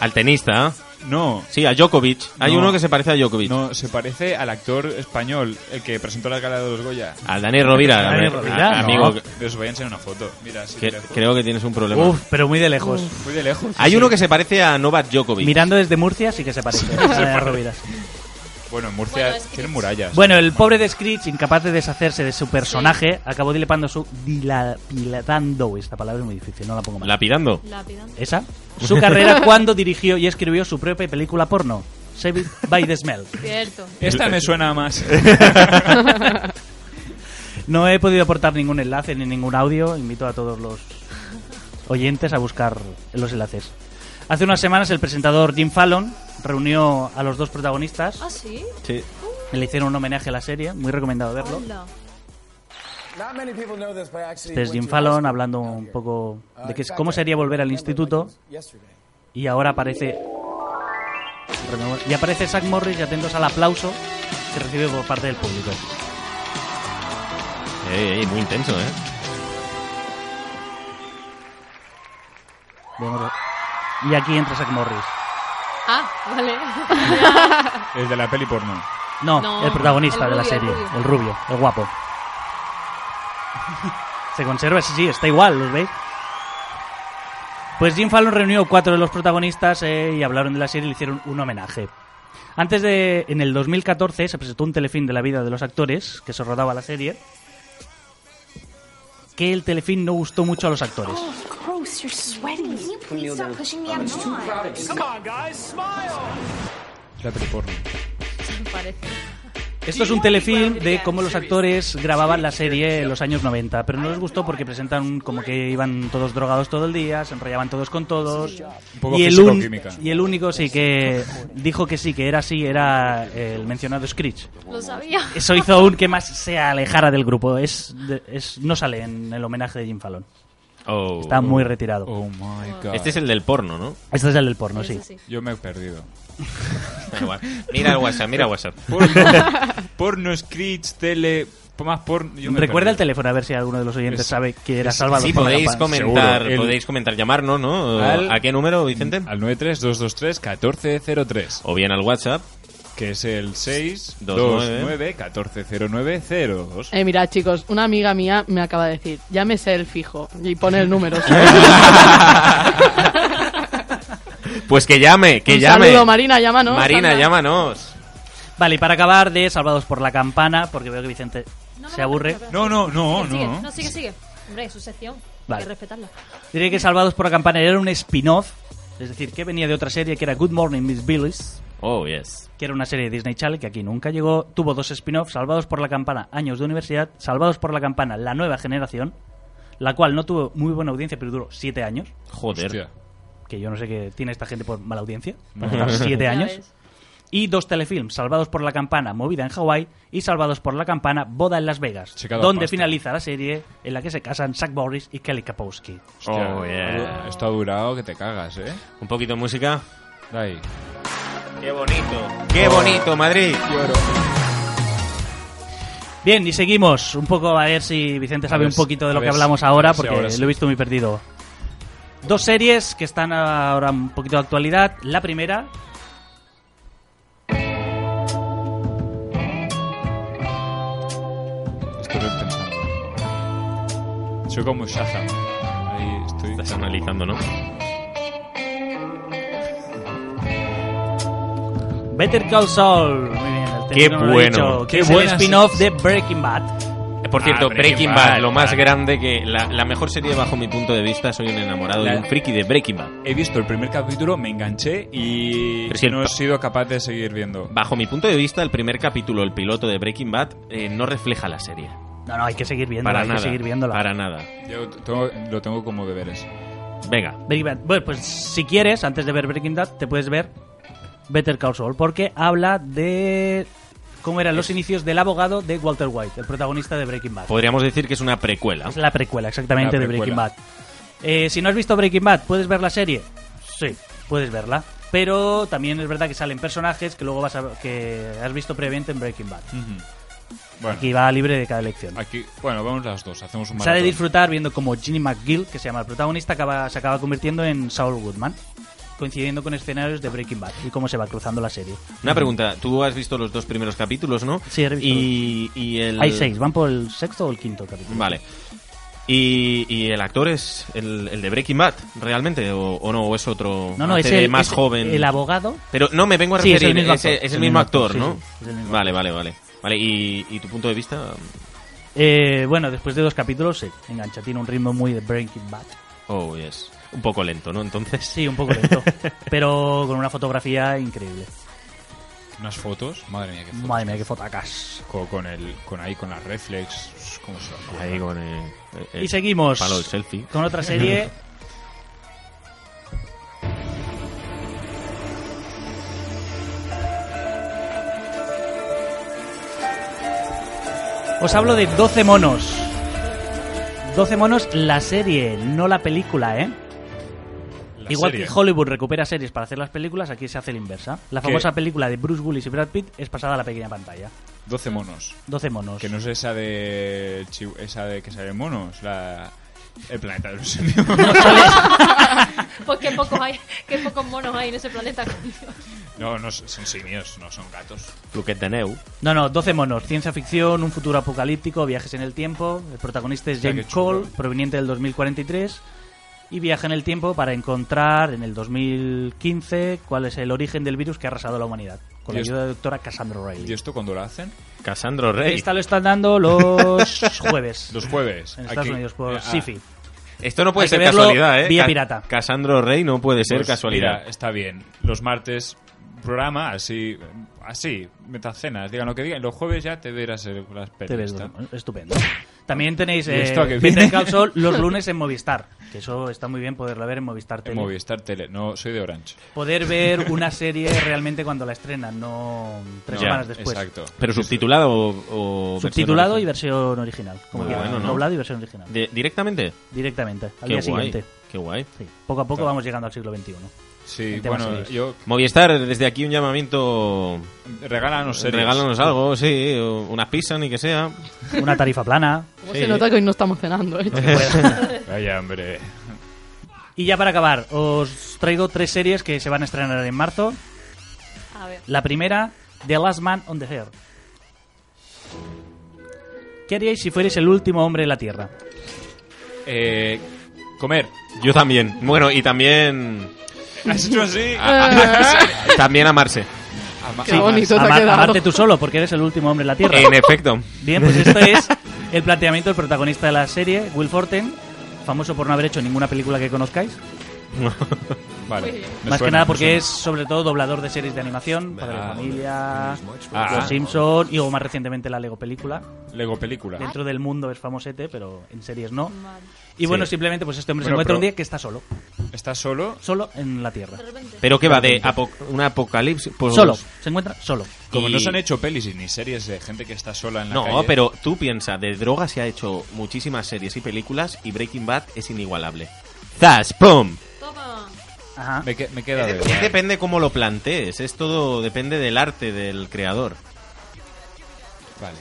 Al tenista. No, Sí, a Djokovic. Hay No. uno que se parece a Djokovic. no, se parece al actor español, el que presentó la gala de los Goya. Al Dani Rovira. ¿Al Dani a- Rovira? a- No. amigo, de os voy a enseñar una foto. Mira, sí, que- mira. creo que tienes un problema. Uf, pero muy de lejos. Muy de lejos. Hay sí. uno que se parece a Novak Djokovic. Mirando desde Murcia sí que se parece. a la de Rovira. Bueno, en Murcia Bueno, es que- tiene murallas. Bueno, el pobre de Screech, incapaz de deshacerse de su personaje, acabó dilapando su. dilapidando. Esta palabra es muy difícil, no la pongo mal. Lapidando. Lapidante. Esa. Su carrera cuando dirigió y escribió su propia película porno, Saved by the Smell. Cierto. Esta me suena más. No he podido aportar ningún enlace ni ningún audio. Invito a todos los oyentes a buscar los enlaces. Hace unas semanas el presentador Jim Fallon reunió a los dos protagonistas. ¿Ah, sí? Uh. Sí. Le hicieron un homenaje a la serie, muy recomendado verlo. Hola. Este es Jim Fallon hablando un poco de que es, cómo sería volver al instituto. Y ahora aparece. Y aparece Zack Morris y atentos al aplauso que recibe por parte del público. Ey, ey, muy intenso, ¿eh? Vemos- Y aquí entra Zack Morris. Ah, vale. El de la peli porno. No, No, el protagonista el de la rubio, el serie, rubio. el rubio, el guapo. Se conserva, sí, sí, está igual, ¿los veis? Pues Jim Fallon reunió cuatro de los protagonistas eh, y hablaron de la serie y le hicieron un homenaje. Antes de. En el 2014 se presentó un telefilm de la vida de los actores que se rodaba la serie. Que el telefilm no gustó mucho a los actores. Oh, Gross, you're sweating. Can you please stop pushing me? I'm not. Come on, guys, smile. Parece. Esto es un telefilm de cómo los actores grababan la serie en los años 90, pero no les gustó porque presentan como que iban todos drogados todo el día, se enrollaban todos con todos. poco y, el físico-química. y el único sí que dijo que sí, que era así, era el mencionado Screech. Lo sabía. Eso hizo aún que más se alejara del grupo. Es, de- es- no sale en el homenaje de Jim Fallon. Oh. Está muy retirado. Oh my God. Este es el del porno, ¿no? Este es el del porno, sí. Yo me he perdido. Da igual. Mira el WhatsApp, mira el WhatsApp. Porno, porno, Screech, tele. Más porno. yo me he Recuerda el perdido. teléfono a ver si alguno de los oyentes Es- sabe que era es- Salvador. Sí, Porno podéis Pan. comentar, Seguro. El- podéis comentar, llamarnos, ¿no? Al- ¿A qué número, Vicente? Al 93223-1403. O bien al WhatsApp. Que es el 29. 629-140902. Eh, mirad, chicos, una amiga mía me acaba de decir, llámese el fijo y pone el número. Pues que llame, que Un llame. saludo, Marina, llámanos. Marina, Anda. llámanos. Vale, y para acabar de Salvados por la Campana, porque veo que Vicente se aburre. No, no, no, sigue, no, sigue, sigue. Hombre, es su sección. Vale. Hay que respetarla. Diré que Salvados por la Campana era un spin-off, es decir, que venía de otra serie que era Good Morning Miss Billis. Oh, yes. Que era una serie de Disney Channel que aquí nunca llegó. Tuvo dos spin-offs, Salvados por la Campana, Años de Universidad, Salvados por la Campana, La Nueva Generación, la cual no tuvo muy buena audiencia, pero duró siete años. Joder. Hostia. Que yo no sé qué tiene esta gente por mala audiencia. Para durar siete años. Y dos telefilms, Salvados por la Campana, Movida en Hawái y Salvados por la Campana, Boda en Las Vegas, queda donde pasta. finaliza la serie en la que se casan Zach Boris y Kelly Kapowski. Hostia, Oh, yeah. Esto ha durado que te cagas, ¿eh? Un poquito de música. Ahí. Qué bonito. Qué bonito, Madrid. Bien, y seguimos un poco a ver si Vicente sabe ver un poquito de si- lo a que ver si- hablamos a ahora, ver si porque ahora sí. lo he visto muy perdido. Dos series que están ahora un poquito de actualidad. La primera, Estoy pensando. Soy como Shazam. Ahí estoy. Estás analizando, ¿no? Better Call Saul. Muy bien, el Qué término lo he bueno. dicho, que Qué es el buenas- spin-off de Breaking Bad. Por cierto, Ah, Breaking Breaking Bad, Bad, lo más claro. grande que. La, la mejor serie bajo mi punto de vista. Soy un enamorado La- y un friki de Breaking Bad. He visto el primer capítulo, me enganché y Pero si el no pa- he sido capaz de seguir viendo. Bajo mi punto de vista, el primer capítulo, el piloto de Breaking Bad, eh, no refleja la serie. No, no, hay que seguir viéndola, Para hay nada. que seguir viéndola. Para nada. Yo tengo- lo tengo como deberes. Ah. Venga. Breaking Bad. Bueno, pues si quieres, antes de ver Breaking Bad, te puedes ver Better Call Saul, porque habla de cómo eran los inicios del abogado de Walter White, el protagonista de Breaking Bad. Podríamos decir que es una precuela. Es la precuela, exactamente, La de Breaking precuela. Bad. Eh, si no has visto Breaking Bad, ¿puedes ver la serie? Sí, puedes verla. Pero también es verdad que salen personajes que luego vas a, que has visto previamente en Breaking Bad. Bueno, Aquí va libre de cada elección. aquí, bueno, vamos las dos, hacemos un Se ha de maratón. disfrutar viendo como Ginny McGill, que se llama el protagonista, acaba, se acaba convirtiendo en Saul Goodman, coincidiendo con escenarios de Breaking Bad y cómo se va cruzando la serie. Una pregunta. Tú has visto los dos primeros capítulos, ¿no? Sí, he visto Y, y el... Hay seis, van por el sexto o el quinto capítulo. Vale. ¿Y, y el actor es el, el de Breaking Bad, realmente? ¿O, o no? ¿O es otro No, no, hace es de el- más es joven? el abogado. Pero no, me vengo a Sí, referir. es el mismo es el- actor. es el mismo actor, sí, ¿no? sí, es el mismo vale, vale, vale. Vale, ¿y, y tu punto de vista? Eh, bueno, después de dos capítulos, sí, engancha, tiene un ritmo muy de Breaking Bad. Oh, yes. Un poco lento, ¿no? Entonces... Sí, un poco lento, pero con una fotografía increíble. Unas fotos, madre mía, qué fotos. Madre mía, qué fotacas. Con, con el, con ahí, con las reflex, ¿cómo se llama? Ahí con el, el- Eh, Y seguimos palo del selfie. con otra serie. Os hablo de 12 monos. 12 monos, la serie, no la película, ¿eh? La Igual serie. que Hollywood recupera series para hacer las películas, aquí se hace la inversa. La ¿Qué? famosa película de Bruce Willis y Brad Pitt es pasada a la pequeña pantalla. 12 monos. 12 monos. Que no es esa de. chi- esa de que sale monos, la. El planeta de los simios. Pues qué pocos hay, qué pocos monos hay en ese planeta, coño. No, no, son simios, no son gatos. Fluquet de Neu. No, no, 12 monos. Ciencia ficción, un futuro apocalíptico, viajes en el tiempo. El protagonista es Hostia, James qué chulo. Cole, proveniente del 2043. Y viaja en el tiempo para encontrar en el 2015 cuál es el origen del virus que ha arrasado a la humanidad. Con la Y es- ayuda de la doctora Cassandra Riley. ¿Y esto cuando lo hacen? Casandro Rey. Esta lo están dando los jueves. Los jueves. En Estados Aquí. Unidos, por Ah. Eh, SIFI. Esto no puede Hay que ser verlo casualidad, ¿eh? Vía Ca- pirata. Casandro Rey no puede ser Pues, casualidad. mira, está bien. Los martes programa, así, así, metacenas, digan lo que digan. Los jueves ya te verás el- las pelis. Te ves ¿está? dos- estupendo. También tenéis ¿Y eh, esto a qué Better viene? Call Saul los lunes en Movistar. Que eso está muy bien poderlo ver en Movistar En Tele. Movistar Tele. No, soy de Orange. Poder ver una serie realmente cuando la estrenan, no tres Ya, semanas después. exacto. Pues, Pero subtitulado o. o Subtitulado y versión versión original. Como Muy quieras, bueno, ¿no? doblado y versión original. original? De- ¿Directamente? Directamente, al Qué día guay, siguiente. Qué guay. Sí, Poco a poco vamos llegando al siglo XXI. Sí, En temas bueno, serios. yo- Movistar, desde aquí un llamamiento. Regálanos series. Regálanos algo, sí. o Unas pizzas, ni que sea. Una tarifa plana. Como se nota que hoy no estamos cenando, ¿eh? Vaya, hombre. Y ya para acabar, os traigo tres series que se van a estrenar en marzo. A ver. La primera, The Last Man on the Earth. ¿Qué haríais si fuerais el último hombre en la Tierra? Eh, comer. Yo también. Bueno, y también. Ah, ¿Has hecho así? también amarse. Ama- Sí, ama- amarte tú solo, porque eres el último hombre en la Tierra. En efecto. Bien, pues esto es el planteamiento del protagonista de la serie, Will Forten, famoso por no haber hecho ninguna película que conozcáis. Vale. Me suena, Más que nada me porque suena. es sobre todo doblador de series de animación, Padre de Ah. Familia, Ah. Los Simpson y o más recientemente la Lego Película. Lego Película. Dentro del mundo es famosete, pero en series no. Sí. Y bueno, simplemente pues este hombre Bueno, se encuentra pero- un día que está solo. ¿Está solo? Solo en la Tierra. Pero que va de apo- un apocalipsis. pues- Solo, se encuentra solo. Como Y- no se han hecho pelis y ni series de gente que está sola en la No, calle. pero tú piensas, de droga se ha hecho muchísimas series y películas y Breaking Bad es inigualable. ¡Zas! ¡Pum! Me, que- me queda de Eh, Es Depende cómo lo plantees, es todo depende del arte del creador. Vale.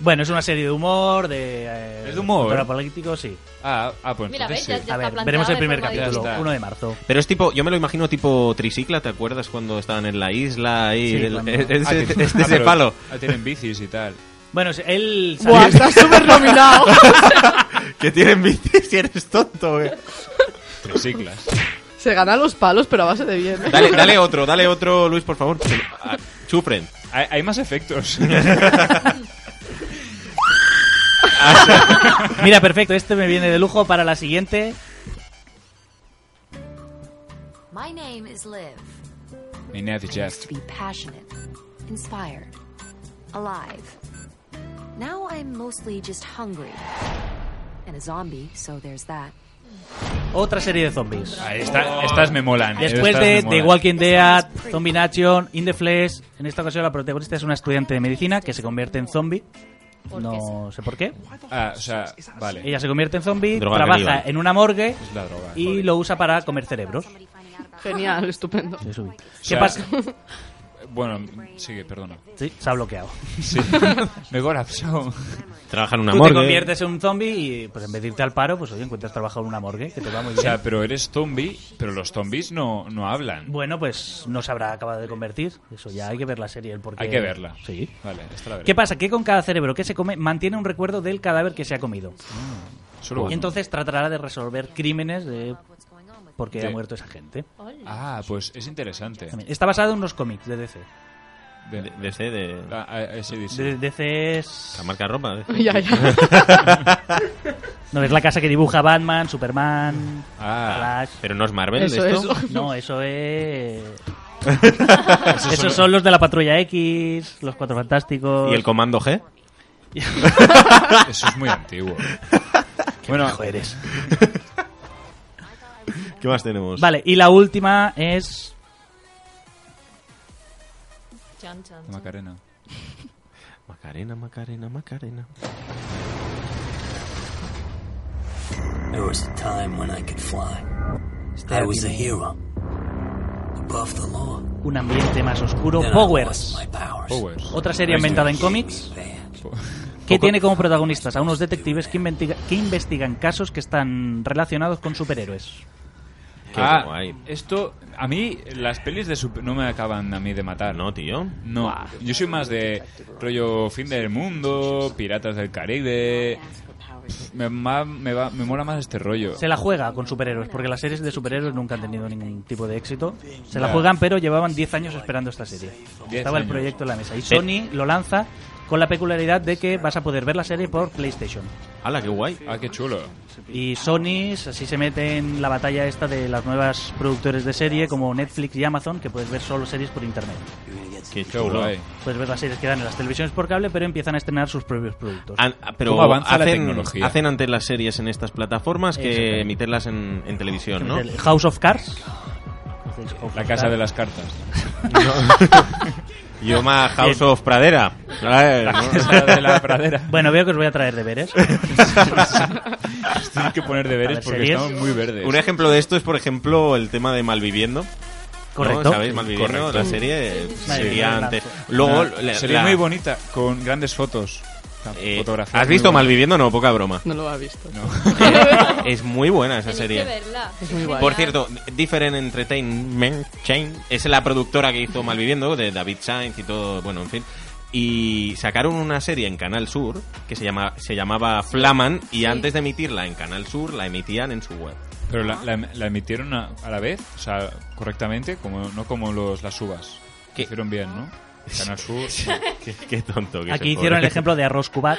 Bueno, es una serie de humor, de... eh, ¿Es de humor? Para políticos, sí. Ah, ah pues Mira, entonces ves, sí. ya- ya A está ver, planteada veremos el de primer forma capítulo, distinta. 1 de marzo. Pero es tipo, yo me lo imagino tipo tricicla, ¿te acuerdas cuando estaban en la isla ahí? Sí, del- cuando- es, es- Ah, es- que- es de ah, ese pero- palo. Ah, tienen bicis y tal. Bueno, si él... Buah, sale- estás súper nominado. que tienen bicis si eres tonto, eh. Triciclas. Se gana los palos, pero a base de bien. eh. Dale, dale otro, dale otro, Luis, por favor. Ah, Chufren. Eh, Hay, hay más efectos. Mira, perfecto, este me viene de lujo para la siguiente. My name is Liv. Mi net is just. Be passionate, inspired, alive. Now I'm mostly just hungry. And a zombie, so there's that. Otra serie de zombies. Ahí está- estas me molan, eh, Después estas de me molan. The Walking Dead, Zombie Nation, In the Flesh, en esta ocasión la protagonista es una estudiante de medicina que se convierte en zombie. No sé por qué. Ah, o sea, vale. Ella se convierte en zombie, Droga trabaja caníbal. en una morgue Es la droga. y lo usa para comer cerebros. Genial, estupendo. Sí, subí. ¿Qué O sea, pasa? Bueno, sigue, perdona. Sí, se ha bloqueado. Sí. Me he colapsado. Trabaja en una Tú morgue. te conviertes en un zombie y pues en vez de irte al paro, pues hoy encuentras trabajo en una morgue, que te va muy O bien. sea, pero eres zombie, pero los zombies no, no hablan. Bueno, pues no se habrá acabado de convertir. Eso ya hay que ver la serie. El porqué. Hay que verla. Sí. Vale, esta la veré. ¿Qué pasa? Que con cada cerebro que se come mantiene un recuerdo del cadáver que se ha comido. solo uno. y entonces tratará de resolver crímenes de por qué Sí. ha muerto esa gente. Ah, pues es interesante. También. Está basado en unos cómics de DC. De, DC, de... Ah, ah, ese DC. De- DC es... La marca ropa. ¿eh? Ya, ya. No es la casa que dibuja Batman, Superman, Ah, Flash. pero no es Marvel Eso, esto. eso. No, eso es. Esos, son- son los de la Patrulla X, los Cuatro Fantásticos. ¿Y el Comando G? Eso es muy antiguo. Qué Bueno, viejo eres. ¿Qué más pues- tenemos? Vale, y la última es. Chan, chan, chan. Macarena. Macarena, Macarena, Macarena. There was a time when I could fly. I was a hero. Above the law. Un ambiente más oscuro. Then I Powers. lost my powers. Otra serie inventada en cómics. Pues, Que tiene como protagonistas a unos detectives que, investiga- que investigan casos que están relacionados con superhéroes. Qué ah, guay. Esto, a mí, las pelis de super no me acaban a mí de matar. No, tío. No, yo soy más de rollo fin del mundo, piratas del Caribe. Me, ma- me va- me mola más este rollo. Se la juega con superhéroes, porque las series de superhéroes nunca han tenido ningún tipo de éxito. Se la Ya. juegan, pero llevaban 10 años esperando esta serie. 10 Estaba el años. proyecto en la mesa. Y Eh. Sony lo lanza con la peculiaridad de que vas a poder ver la serie por PlayStation. ¡Hala, qué guay! ¡Ah, qué chulo! Y Sony así se mete en la batalla esta de las nuevas productores de serie como Netflix y Amazon, que puedes ver solo series por internet. Qué chulo. guay. Puedes ver las series que dan en las televisiones por cable, pero empiezan a estrenar sus propios productos. An- pero ¿Cómo avanza hacen, la tecnología? Hacen antes las series en estas plataformas que Exactamente. emitirlas en, en televisión, ¿no? El House of Cards. La casa de las cartas. Yo más House Bien. of Pradera. Eh, ¿no? Bueno, veo que os voy a traer deberes. Tienes que poner deberes A ver, porque series. estamos muy verdes. Un ejemplo de esto es, por ejemplo, el tema de Malviviendo. ¿No? Correcto. ¿Sabéis? Malviviendo, Correcto. la serie eh, Sí. sería antes. Luego, Una la- serie la- muy bonita, con grandes fotos. eh, Fotografías ¿Has muy visto buenas. Malviviendo? No, poca broma. No lo ha visto. Eh, es muy buena esa serie. verla. Es muy guay. Por cierto, Different Entertainment Chain es la productora que hizo Malviviendo, de David Sainz y todo, bueno, en fin. Y sacaron una serie en Canal Sur que se, llama, se llamaba Flaman y antes de emitirla en Canal Sur la emitían en su web. Pero Ah. la, la- la emitieron a, a la vez, o sea, correctamente, como no como los las uvas. Que hicieron bien, ¿no? Canal Sur. qué, tonto. Aquí hicieron el ejemplo de Arroz Cubat.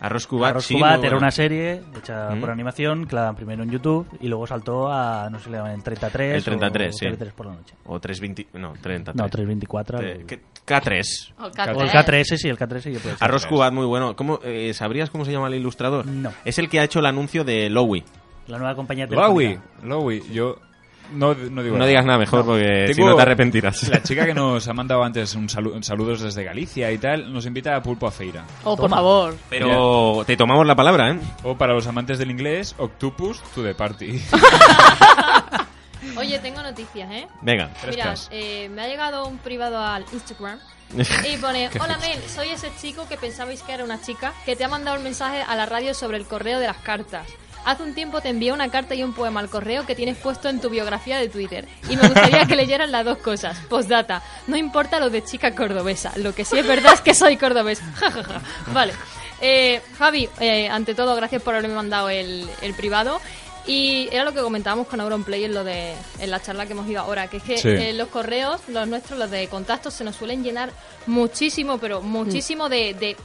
Arroz Cubat, Arroz sí, Cubat muy era bueno. una serie hecha Mm. por animación que la dan primero en YouTube y luego saltó a, no sé, le llaman el 33. El 33, o sí. TV3 por la noche. O 320, no, Eh, 33. No, 324. Te- que- K3. O el K3. O el K3, sí, sí, el K3 sí que puede ser. Arroz Cubat, muy bueno. ¿Cómo, eh, ¿Sabrías cómo se llama el ilustrador? No. Es el que ha hecho el anuncio de Lowy. La nueva compañía Lowy, telefónica. Lowy, yo. No, no digo No digas nada mejor, porque si no te arrepentirás. La chica que nos ha mandado antes un salu- saludos desde Galicia y tal, nos invita a Pulpo a Feira. Oh, por favor. Pero te tomamos la palabra, ¿eh? O para los amantes del inglés, Octopus to the party. Oye, tengo noticias, ¿eh? Venga, Mira, frescas. eh, me ha llegado un privado al Instagram y pone, Qué hola fresco. Mel, soy ese chico que pensabais que era una chica que te ha mandado un mensaje a la radio sobre el correo de las cartas. Hace un tiempo te envié una carta y un poema al correo que tienes puesto en tu biografía de Twitter. Y me gustaría que leyeras las dos cosas. Postdata. No importa lo de chica cordobesa. Lo que sí es verdad es que soy cordobesa. Ja, ja, ja. vale. Eh, Javi, eh, ante todo, gracias por haberme mandado el, el privado. Y era lo que comentábamos con Auron Play en, lo de, en la charla que hemos ido ahora, que es que Sí. eh, los correos, los nuestros, los de contactos, se nos suelen llenar muchísimo, pero muchísimo de... de-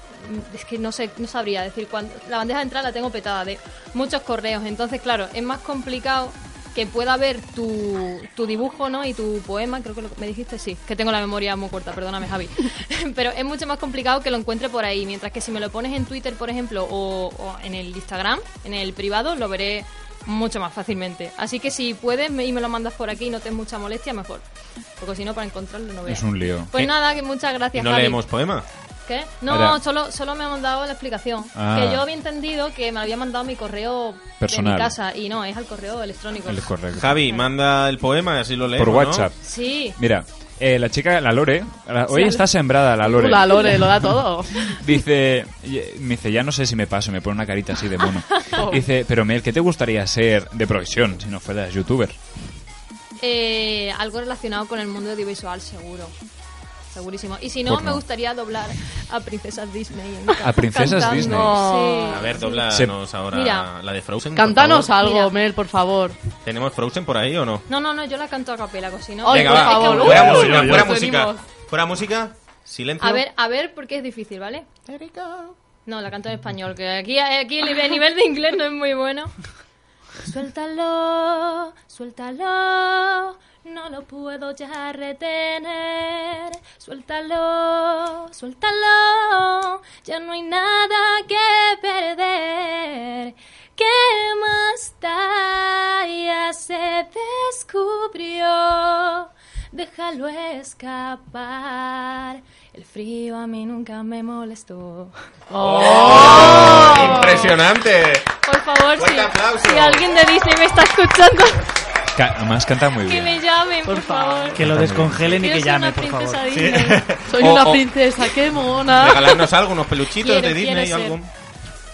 es que no sé, no sabría decir cuándo. La bandeja de entrada la tengo petada de muchos correos. Entonces, claro, es más complicado que pueda ver tu, tu dibujo ¿no? y tu poema, creo que lo, me dijiste, sí, que tengo la memoria muy corta, perdóname Javi, pero es mucho más complicado que lo encuentre por ahí, mientras que si me lo pones en Twitter, por ejemplo, o, o en el Instagram, en el privado, lo veré mucho más fácilmente. Así que si puedes me- y me lo mandas por aquí y no te es mucha molestia, mejor, porque si no, para encontrarlo no veo. Es un lío. Pues Eh, nada, que muchas gracias. ¿No Javi. leemos poema? ¿Qué? No, Ahora- solo, solo me han dado la explicación. Ah. Que yo había entendido que me lo había mandado a mi correo de Personal. mi casa y no, es al correo electrónico. Javi, manda el poema y así lo leemos. Por ¿no? WhatsApp. Sí. Mira, eh, la chica, la Lore, la- hoy Sí. está sembrada la Lore. La Lore, lo da todo. Dice, y- eh, me dice, ya no sé si me paso, me pone una carita así de mono. Dice, pero Mel, ¿qué te gustaría ser de profesión si no fueras youtuber? Eh, algo relacionado con el mundo audiovisual, seguro. Segurísimo. Y si no, Porno. me gustaría doblar a princesas Disney. en ca- A princesas cantando. Disney. Sí. A ver, doblanos ahora Mira. la de Frozen. por Cantanos favor. algo, Mel, por favor. ¿Tenemos Frozen por ahí o no? No, no, no, yo la canto a capela, si no. pues Venga, Es va. que- Pues Fuera Uy, música, uy, uy, fuera uy. música. Venimos. Fuera música. Silencio. A ver, a ver, porque es difícil, ¿vale? No, la canto en español, que aquí, aquí el nivel- nivel de inglés no es muy bueno. Suéltalo, suéltalo, no lo puedo ya retener. Suéltalo, suéltalo, ya no hay nada que perder. ¿Qué más da? Ya se descubrió, déjalo escapar. El frío a mí nunca me molestó. ¡Oh! Impresionante. Por favor, si, si alguien de Disney me está escuchando, Ca- Además canta muy que bien. me llamen, por, favor. Que lo descongelen y Quiero que ser llame, una por favor. princesa Sí. Disney. Soy Oh, O- una o- princesa, qué mona. Regalarnos algo, unos peluchitos Quiero, de Disney quiero o algo.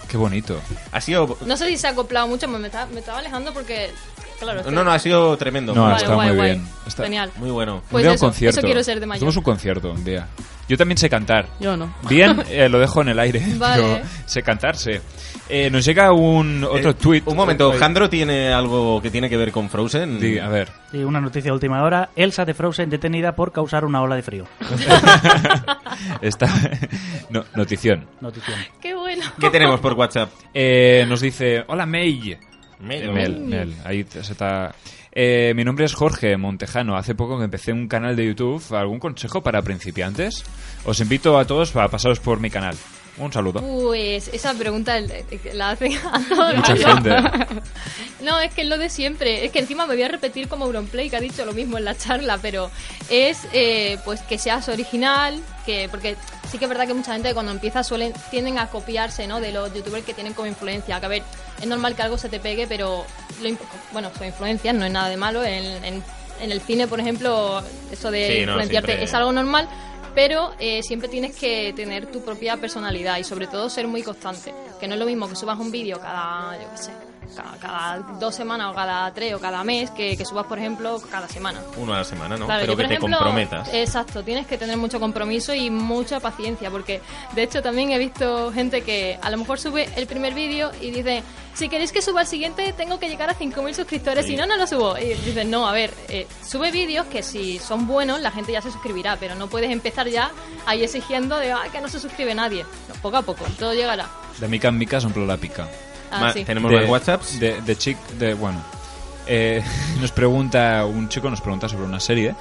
Qué bonito. Ha sido No sé si se ha acoplado mucho, me, me está- me estaba alejando porque Claro, es que- No, no, ha sido tremendo. No, Vale, está guay, muy guay. bien. Está Genial. muy bueno. Un Pues día un eso, concierto. eso quiero ser de mayor. Hacemos un concierto un día. Yo también sé cantar. Yo no. Bien, eh, lo dejo en el aire. Vale. Pero sé cantar, sé. Eh, nos llega un otro tweet. Un momento, Jandro tiene algo que tiene que ver con Frozen. a ver. Y una noticia de última hora, Elsa de Frozen detenida por causar una ola de frío. Está. No, notición. Notición. Qué bueno. ¿Qué tenemos por WhatsApp? Eh, nos dice: Hola, May. Mel. Eh, Mel, Mel, Ahí te- se está. Eh, mi nombre es Jorge Montejano. Hace poco que empecé un canal de YouTube. ¿Algún consejo para principiantes? Os invito a todos a pasaros por mi canal. Un saludo. Pues esa pregunta el- eh, la hacen a todo el Mucha mundo. gente. No, es que es lo de siempre. Es que encima me voy a repetir como Auronplay, que ha dicho lo mismo en la charla, pero es eh, pues que seas original, que porque sí que es verdad que mucha gente cuando empieza suelen tienden a copiarse ¿no? de los youtubers que tienen como influencia. Que a ver, es normal que algo se te pegue, pero lo im- bueno, son influencias, no es nada de malo. En, en- en el cine, por ejemplo, eso de Sí, no, influenciarte siempre- es algo normal, pero eh, siempre tienes que tener tu propia personalidad y sobre todo ser muy constante. Que no es lo mismo que subas un vídeo cada, yo qué sé, cada, cada dos semanas o cada tres o cada mes que, que subas, por ejemplo, cada semana. Uno a la semana, ¿no? Claro, Pero yo, que por te ejemplo, comprometas. Exacto, tienes que tener mucho compromiso y mucha paciencia, porque de hecho también he visto gente que a lo mejor sube el primer vídeo y dice, si queréis que suba el siguiente, tengo que llegar a 5.000 suscriptores, Sí. si no, no lo subo. Y dicen, no, a ver, eh, sube vídeos que si son buenos, la gente ya se suscribirá, pero no puedes empezar ya ahí exigiendo de, "Ah, que no se suscribe nadie. No, poco a poco, todo llegará. De mica en mica son la pica. Ah, Ma- sí. ¿tenemos más WhatsApps? De, de chic, de, bueno. Eh, nos pregunta, un chico nos pregunta sobre una serie.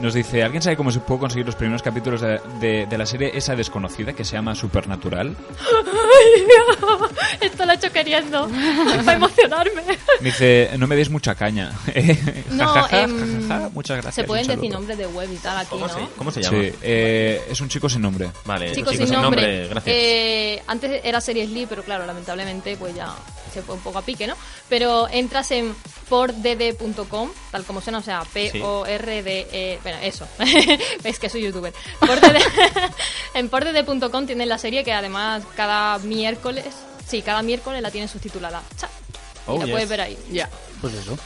Nos dice, ¿alguien sabe cómo se puede conseguir los primeros capítulos de, de- de la serie esa desconocida que se llama Supernatural? Ay, no, esto lo he hecho queriendo, para emocionarme. Me dice, no me deis mucha caña. No, Ja, ja, ja, em, ja, ja, muchas gracias. Se pueden un decir saludo. nombres de web y tal aquí, ¿no? ¿Cómo se llama? Sí, eh, es un chico sin nombre. Vale, Chicos sin nombre. Eh, antes era Series Lee, pero claro, lamentablemente pues ya se fue un poco a pique, ¿no? Pero entras en pordd.com, tal como suena, o sea, Sí. P-O-R-D... eh, bueno, eso. es que soy youtuber. Pordd en pordd.com tienen la serie que además cada miércoles... Sí, cada miércoles la tienen subtitulada. Cha. Oh, y la yes. puedes ver ahí. Ya. Pues eso.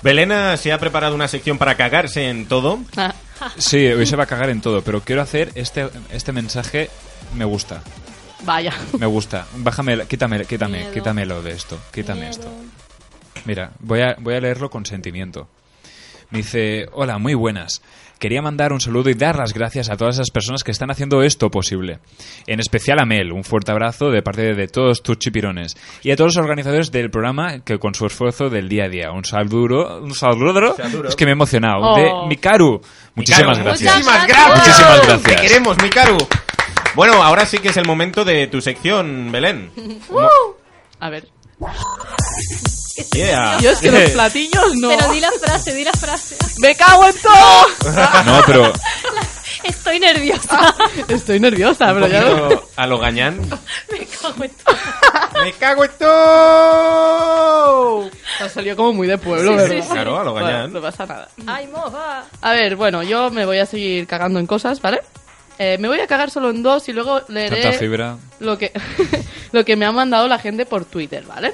Belena Ah, se ha preparado una sección para cagarse en todo. Sí, hoy se va a cagar en todo, pero quiero hacer este, este mensaje. Me gusta. Vaya. Me gusta. Bájame, quítame, quítame, Miedo. quítamelo de esto. Quítame esto. Mira, voy a, voy a leerlo con sentimiento. Me dice, hola, muy buenas. Quería mandar un saludo y dar las gracias a todas esas personas que están haciendo esto posible. En especial a Mel, un fuerte abrazo de parte de todos tus chipirones. Y a todos los organizadores del programa que con su esfuerzo del día a día. Un saludo, un saludo, es que me he emocionado. Oh. De Mikaru. Muchísimas Mikaru, gracias. Muchísimas gracias. Muchísimas gracias. Te queremos, Mikaru. Bueno, ahora sí que es el momento de tu sección, Belén. Uh. A ver. Yeah. Dios, que los platillos no. Pero di la frase, di la frase. ¡Me cago en todo! No, pero Estoy nerviosa. Estoy nerviosa, pero Un ya no. poquito a lo gañán. Me cago en todo. ¡Me cago en todo! Ha salido como muy de pueblo, Sí, sí, ¿verdad? sí. Claro, a lo Bueno, gañán. no pasa nada. Ay, moja. A ver, bueno, yo me voy a seguir cagando en cosas, ¿vale? Eh, me voy a cagar solo en dos y luego leeré Tanta fibra. lo que lo que me ha mandado la gente por Twitter, ¿vale?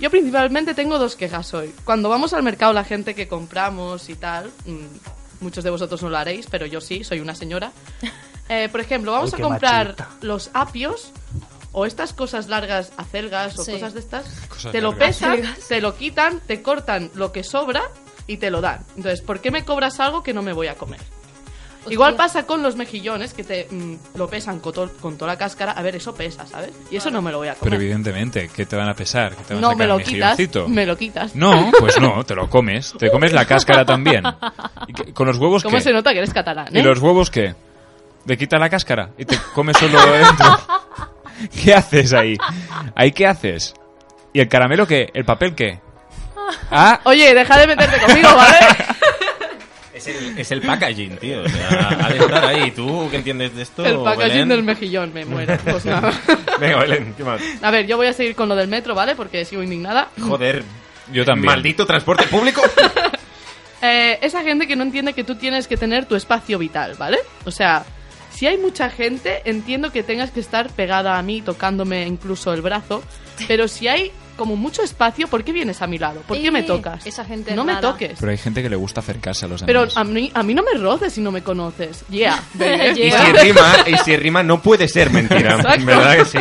Yo principalmente tengo dos quejas hoy. Cuando vamos al mercado la gente que compramos y tal, mm, muchos de vosotros no lo haréis, pero yo sí, soy una señora. Eh, por ejemplo, vamos Uy, a qué comprar machista. los apios o estas cosas largas, acelgas o Sí. cosas de estas, Cosas te lo largas. pesan, Acelgas. te lo quitan, te cortan lo que sobra y te lo dan. Entonces, ¿por qué me cobras algo que no me voy a comer? Igual pasa con los mejillones que te mm, lo pesan con, to- con toda la cáscara. A ver, eso pesa, ¿sabes? Y eso no me lo voy a Pero comer. evidentemente, ¿qué te van a pesar? ¿Qué te van a no sacar me lo el quitas. mejilloncito? Me lo quitas. No, pues no, te lo comes. Te comes la cáscara también. ¿Y qué- ¿Con los huevos ¿Cómo qué? se nota que eres catalán? ¿Y ¿eh? los huevos qué? Te quita la cáscara y te comes solo dentro. ¿Qué haces ahí? ¿Ahí qué haces? ¿Y el caramelo qué? ¿El papel qué? Ah, Oye, deja de meterte conmigo, ¿vale? Es el, es el packaging, tío. O sea, ha de estar ahí. ¿Tú qué entiendes de esto? El packaging Belén? del mejillón, me muero. Pues nada. Venga, Belén, ¿qué más? A ver, yo voy a seguir con lo del metro, ¿vale? Porque sigo indignada. Joder. Yo también. Maldito transporte público. Eh, esa gente que no entiende que tú tienes que tener tu espacio vital, ¿vale? O sea, si hay mucha gente, entiendo que tengas que estar pegada a mí, tocándome incluso el brazo, pero si hay como mucho espacio, ¿por qué vienes a mi lado? ¿Por qué me Sí, tocas? Eh, esa gente no me rara. toques. Pero hay gente que le gusta acercarse a los Pero demás. a mí, a mí no me roces si no me conoces. Yeah. baby. Y si rima, y si rima no puede ser mentira, Exacto. ¿verdad que sí?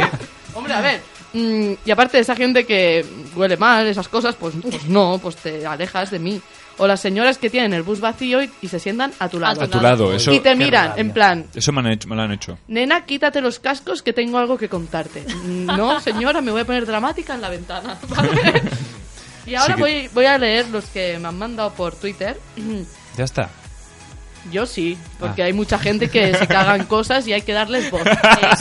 Hombre, a ver. mm, y aparte de esa gente que huele mal, esas cosas, pues, pues no, pues te alejas de mí. O las señoras que tienen el bus vacío y, y se sientan a tu lado. A tu lado, eso. Y te miran, en plan, Eso me, han hecho- me lo han hecho. nena, quítate los cascos que tengo algo que contarte. Mm, No, señora, me voy a poner dramática en la ventana. ¿vale? y ahora Sí que- voy, voy a leer los que me han mandado por Twitter. Ya está. Yo sí, porque Ah. hay mucha gente que se cagan cosas y hay que darles voz.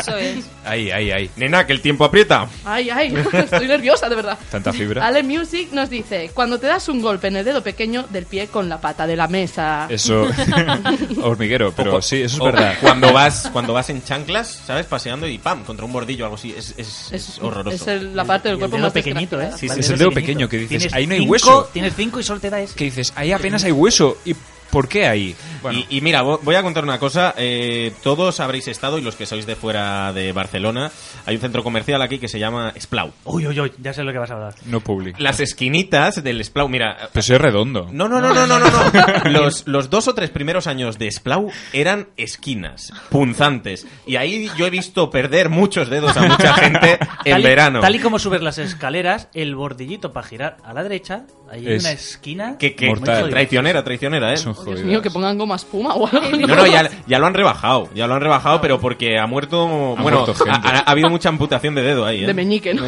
Eso es. Ahí, ahí, ahí. Nena, que el tiempo aprieta. Ay, ay, estoy nerviosa, de verdad. Tanta fibra. Ale Music nos dice, cuando te das un golpe en el dedo pequeño del pie con la pata de la mesa. Eso. Hormiguero, pero sí, eso es O verdad. Cuando vas, cuando vas en chanclas, ¿sabes? Paseando y ¡pam! contra un bordillo o algo así. Es, es, es horroroso. es el- la parte del cuerpo dedo más pequeñito, ¿eh? desgraciada. Sí, sí, Vale, es el ese dedo pequeño pequeñito. que dices, Tienes ahí no hay cinco- hueso. Tienes cinco y solo te da ese. Que dices, ahí apenas hay hueso. ¿Y por qué ahí? Y, y mira, vo- voy a contar una cosa. eh, todos habréis estado, y los que sois de fuera de Barcelona, hay un centro comercial aquí que se llama Splau. Uy, uy, uy, ya sé lo que vas a hablar. No public. Las esquinitas del Splau, mira. Pero si es redondo. No, no, no, no, no, no. no. Los, los dos o tres primeros años de Splau eran esquinas, punzantes. Y ahí yo he visto perder muchos dedos a mucha gente en Tal y- verano. Tal y como subes las escaleras, el bordillito para girar a la derecha, ahí hay Es una esquina. Que, que- muy jodida. traicionera, traicionera, ¿eh? Dios mío, que pongan goma espuma o algo. No, no, ya, ya lo han rebajado, ya lo han rebajado, pero porque ha muerto, Ha bueno, muerto gente. ha, ha- ha habido mucha amputación de dedo ahí, ¿eh? De meñique, ¿no?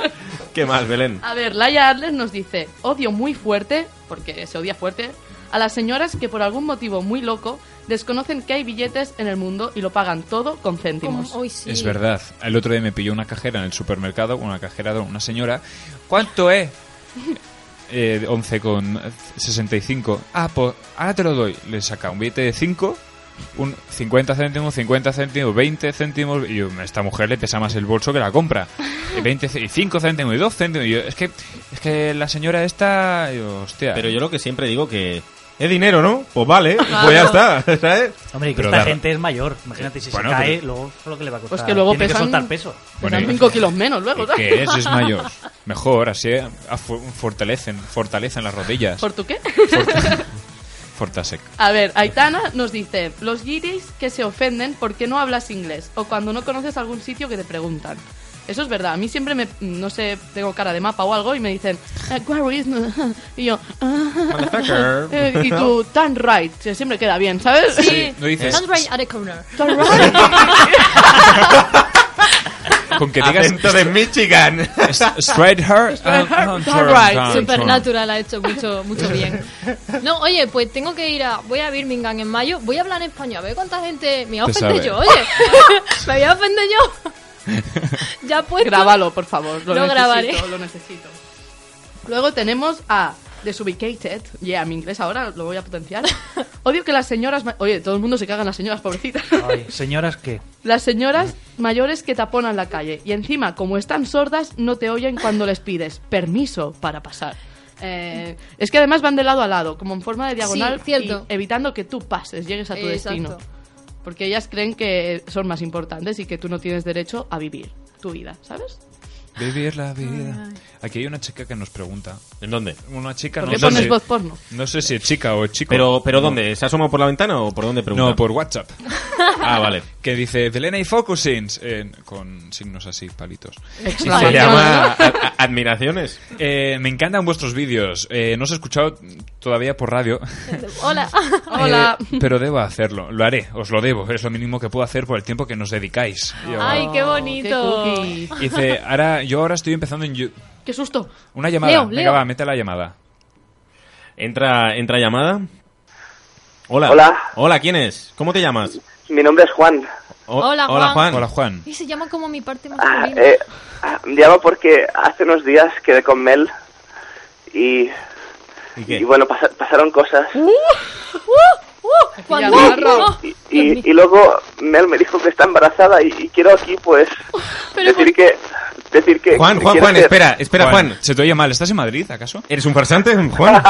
Qué mal, Belén. A ver, Laia Adler nos dice, odio muy fuerte, porque se odia fuerte, a las señoras que por algún motivo muy loco desconocen que hay billetes en el mundo y lo pagan todo con céntimos. Es verdad. El otro día me pilló una cajera en el supermercado, una cajera de una señora. ¿Cuánto es? Eh, 11 con 65. Ah, pues ahora te lo doy. Le saca un billete de 5, un 50 céntimos, 50 céntimos, 20 céntimos. Y yo, a esta mujer le pesa más el bolso que la compra. Y 20, c- y 5 céntimos y 2 céntimos. Y yo, es que, es que la señora esta. y yo, hostia. Pero yo lo que siempre digo que es dinero, ¿no? Pues vale, pues ya está, ¿sabes? Hombre, y que Pero esta dar- gente es mayor. Imagínate si Bueno, se cae, pero- luego es lo que le va a costar. Pues que luego Tiene pesan- soltar peso. pesan Bueno, y- cinco kilos menos luego, ¿no? Que es, es mayor. Mejor, así eh, afu- fortalecen, fortalecen las rodillas. ¿Por tu qué? Fortasec. A ver, Aitana nos dice, los guiris que se ofenden porque no hablas inglés o cuando no conoces algún sitio que te preguntan. Eso es verdad, a mí siempre me, no sé, tengo cara de mapa o algo y me dicen, "Eh, where is no?" Y yo, "Ah". Motherfucker. Eh, y tú, tan right, que siempre queda bien, ¿sabes? Sí, no dices- Don't right at the corner. Turn right. Con que digas Acento de Michigan. Straight her. Supernatural ha hecho mucho, mucho bien. No, oye, pues tengo que ir a. Voy a Birmingham en mayo. Voy a hablar en español. A ver cuánta gente. Me voy a Te ofender sabe. yo, oye. me voy a ofender yo. ya pues. Grábalo, por favor. Lo, Lo necesito, grabaré. Lo necesito. Luego tenemos a Desubicated. Yeah, mi inglés ahora lo voy a potenciar. Odio que las señoras... ma- Oye, todo el mundo se cagan las señoras, pobrecitas. Ay, señoras, ¿qué? Las señoras mayores que taponan la calle y encima, como están sordas, no te oyen cuando les pides permiso para pasar. Eh, es que además van de lado a lado, como en forma de diagonal, Sí, cierto. y evitando que tú pases, llegues a tu Exacto. destino. Porque ellas creen que son más importantes y que tú no tienes derecho a vivir tu vida, ¿sabes? Vivir la vida. Aquí hay una chica que nos pregunta. ¿En dónde? Una chica. Porque no pones sé- voz porno. No sé si es chica o es chico. Pero, pero ¿dónde? ¿Se asoma por la ventana o por dónde pregunta? No, por WhatsApp. Ah, vale. Que dice Belena y Focusins. eh, con signos así, palitos. Exclamación. Se llama a- a- Admiraciones. Eh, me encantan vuestros vídeos. Eh, no os he escuchado todavía por radio. Hola. Eh, pero debo hacerlo. Lo haré. Os lo debo. Es lo mínimo que puedo hacer por el tiempo que nos dedicáis. Yo- Ay, qué bonito. qué cookie. Dice, ahora, yo ahora estoy empezando en... Yu- ¡Qué susto! Una llamada. Leo, Venga, Leo. va, mete la llamada. Entra, entra llamada. Hola. Hola. Hola, ¿quién es? ¿Cómo te llamas? Mi nombre es Juan. O- Hola, Juan. Hola, Juan. Y se llama como mi parte más Ah, femenina. eh, ah, llamo porque hace unos días quedé con Mel y, y bueno, pasa- pasaron cosas. Cuando- Y, y- y luego Mel me dijo que está embarazada y, y quiero aquí pues decir que decir que... Juan, que Juan, quiero Juan, ser- espera, espera, Juan. Se te oye mal, ¿estás en Madrid, acaso? ¿Eres un farsante, Juan?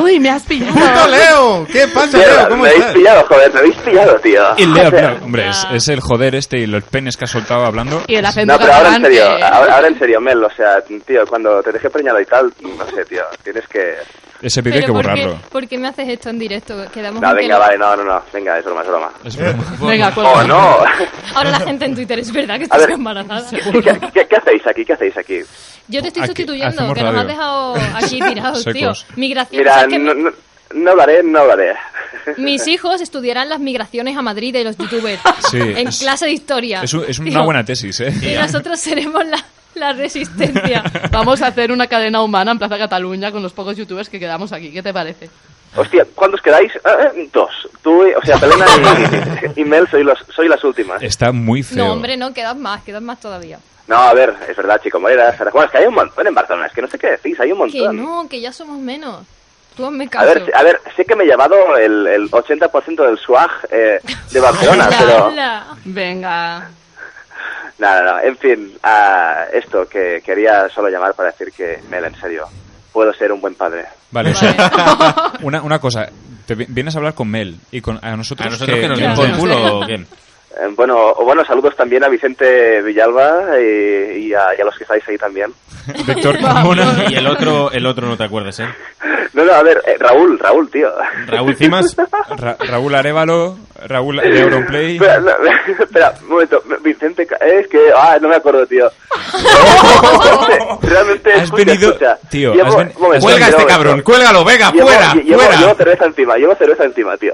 Uy, me has pillado. ¡Puto Leo! ¿Qué pasa, Mierda, me habéis pillado, joder, me habéis pillado, tío. Y Leo, O sea, no, hombre, es, es el joder este y los penes que has soltado hablando. Y el acento No, pero ahora en catalán eh, serio, que- ahora, ahora en serio, Mel, o sea, tío, cuando te dejé preñado y tal, no sé, tío, tienes que... Ese Pero vídeo hay que ¿por qué- borrarlo. ¿Por qué me haces esto en directo? Quedamos No, en que venga, lo- vale, no, no, no, venga, es broma, es broma. Pues Venga, cuelga. Oh, no. Ahora la gente en Twitter es verdad que A estás ver, embarazada. ¿qué, qué- qué hacéis aquí? ¿Qué hacéis aquí? Yo te estoy Aquí sustituyendo, hacemos que nos has radio. dejado aquí tirados, tío. Secos. Migración, o Mira, sea, es que no, no, no hablaré, no hablaré. Mis hijos estudiarán las migraciones a Madrid de los youtubers Sí, en es- clase de historia. Es, un- es una Digo, buena tesis, ¿eh? Y nosotros seremos la, la resistencia. Vamos a hacer una cadena humana en Plaza Cataluña con los pocos youtubers que quedamos aquí. ¿Qué te parece? Hostia, ¿cuántos quedáis? Ah, eh, dos. Tú, o sea, Pelena y, y Mel soy, los, soy las últimas. Está muy feo. No, hombre, no, quedan más, quedan más todavía. No, a ver, es verdad, chico, Moreras, Bueno, es que hay un montón en Barcelona, es que no sé qué decís, hay un Que montón. no, que ya somos menos. Tú hazme A caso. ver, a ver, sé que me he llevado el, el 80% del swag eh, de Barcelona, pero... Venga. Nada, no, en fin, a esto que quería solo llamar para decir que, Mel, en serio, puedo ser un buen padre. Vale, o sea, una, una cosa. Te vi- vienes a hablar con Mel y con a nosotros, ¿A nosotros que nos den den por culo o qué? Eh, Bueno, o bueno, saludos también a Vicente Villalba eh, y, y a, y a los que estáis ahí también. Víctor Carmona. Y el otro, el otro no te acuerdas, ¿eh? No, no, a ver, eh, Raúl, Raúl, tío. Raúl Cimas. Ra- Raúl Arevalo, Raúl de Europlay. Espera, no, espera, un momento, Vicente, Ca- eh, es que, ah, no me acuerdo, tío. Realmente, Has escucha, venido- escucha. tío, Llevo- has ven- un momento, Cuelga llevo- este cabrón, cuélgalo, venga, llevo- fuera, llevo- fuera. Llevo cerveza encima, llevo cerveza encima, tío.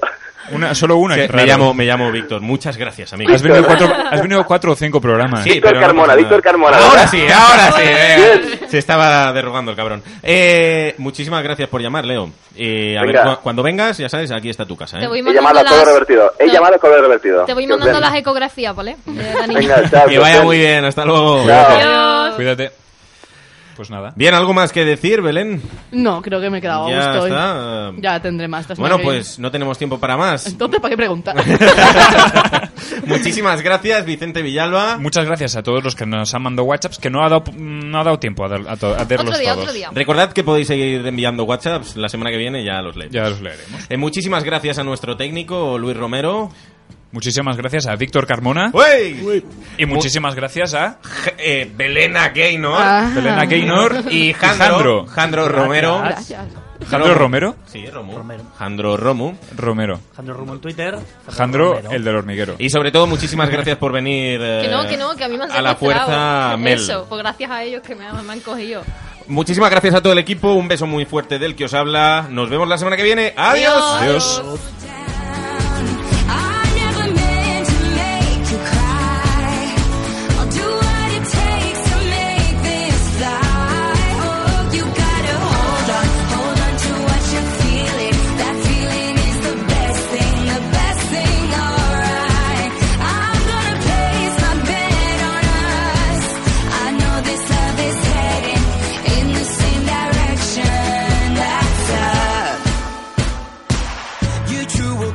Una, solo una. Sí, qué me, raro. llamo, me llamo Víctor. Muchas gracias, amigo. Has venido cuatro, has venido cuatro o cinco programas. eh. Sí, pero no pasa nada. Ahora sí, ahora sí. venga. Se estaba derrogando el cabrón. Eh, muchísimas gracias por llamar, Leo. Eh, a ver, Venga. cu- cuando vengas, ya sabes, aquí está tu casa. ¿eh? Te voy He llamado a mandando todo las- revertido, he te- llamado a todo revertido. Te voy Que os mandando den. las ecografías, ¿vale? Eh, Dani. Venga, chao, Que vaya Vicente. muy bien, hasta luego. Adiós. Cuídate. Pues nada. Bien, ¿algo más que decir, Belén? No, creo que me he quedado Ya a gusto. hoy. está. Ya tendré más. la semana Bueno, que viene. pues no tenemos tiempo para más. Entonces, ¿para qué preguntar? Muchísimas gracias, Vicente Villalba. Muchas gracias a todos los que nos han mandado WhatsApps, que no ha dado, mm, no ha dado tiempo a, dar- a to- a verlos Otro día, todos. otro día. Recordad que podéis seguir enviando WhatsApps. La semana que viene ya los leeremos. Ya los leeremos. Eh, muchísimas gracias a nuestro técnico, Luis Romero. Muchísimas gracias a Víctor Carmona. Y muchísimas gracias a eh, Belena Gaynor. Ah. Belena Gaynor. Y Jandro. Jandro. Jandro Romero. Gracias. Jandro Romero. Sí, Romo. Jandro Romo. Romero. Jandro Rumo en Twitter. Jandro, Romero. el del hormiguero. Y sobre todo, muchísimas gracias por venir. eh, Que no, que no, que a mí me han A la fuerza, secuestrado. Mel. Eso, pues gracias a ellos que me han, me han cogido. Muchísimas gracias a todo el equipo. Un beso muy fuerte del que os habla. Nos vemos la semana que viene. Adiós. Adiós. Oh, Same direction, that's up. You truly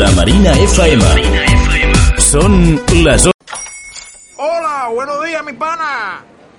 Oh, Marina FM. Son las o- Hola, buenos días, mi pana.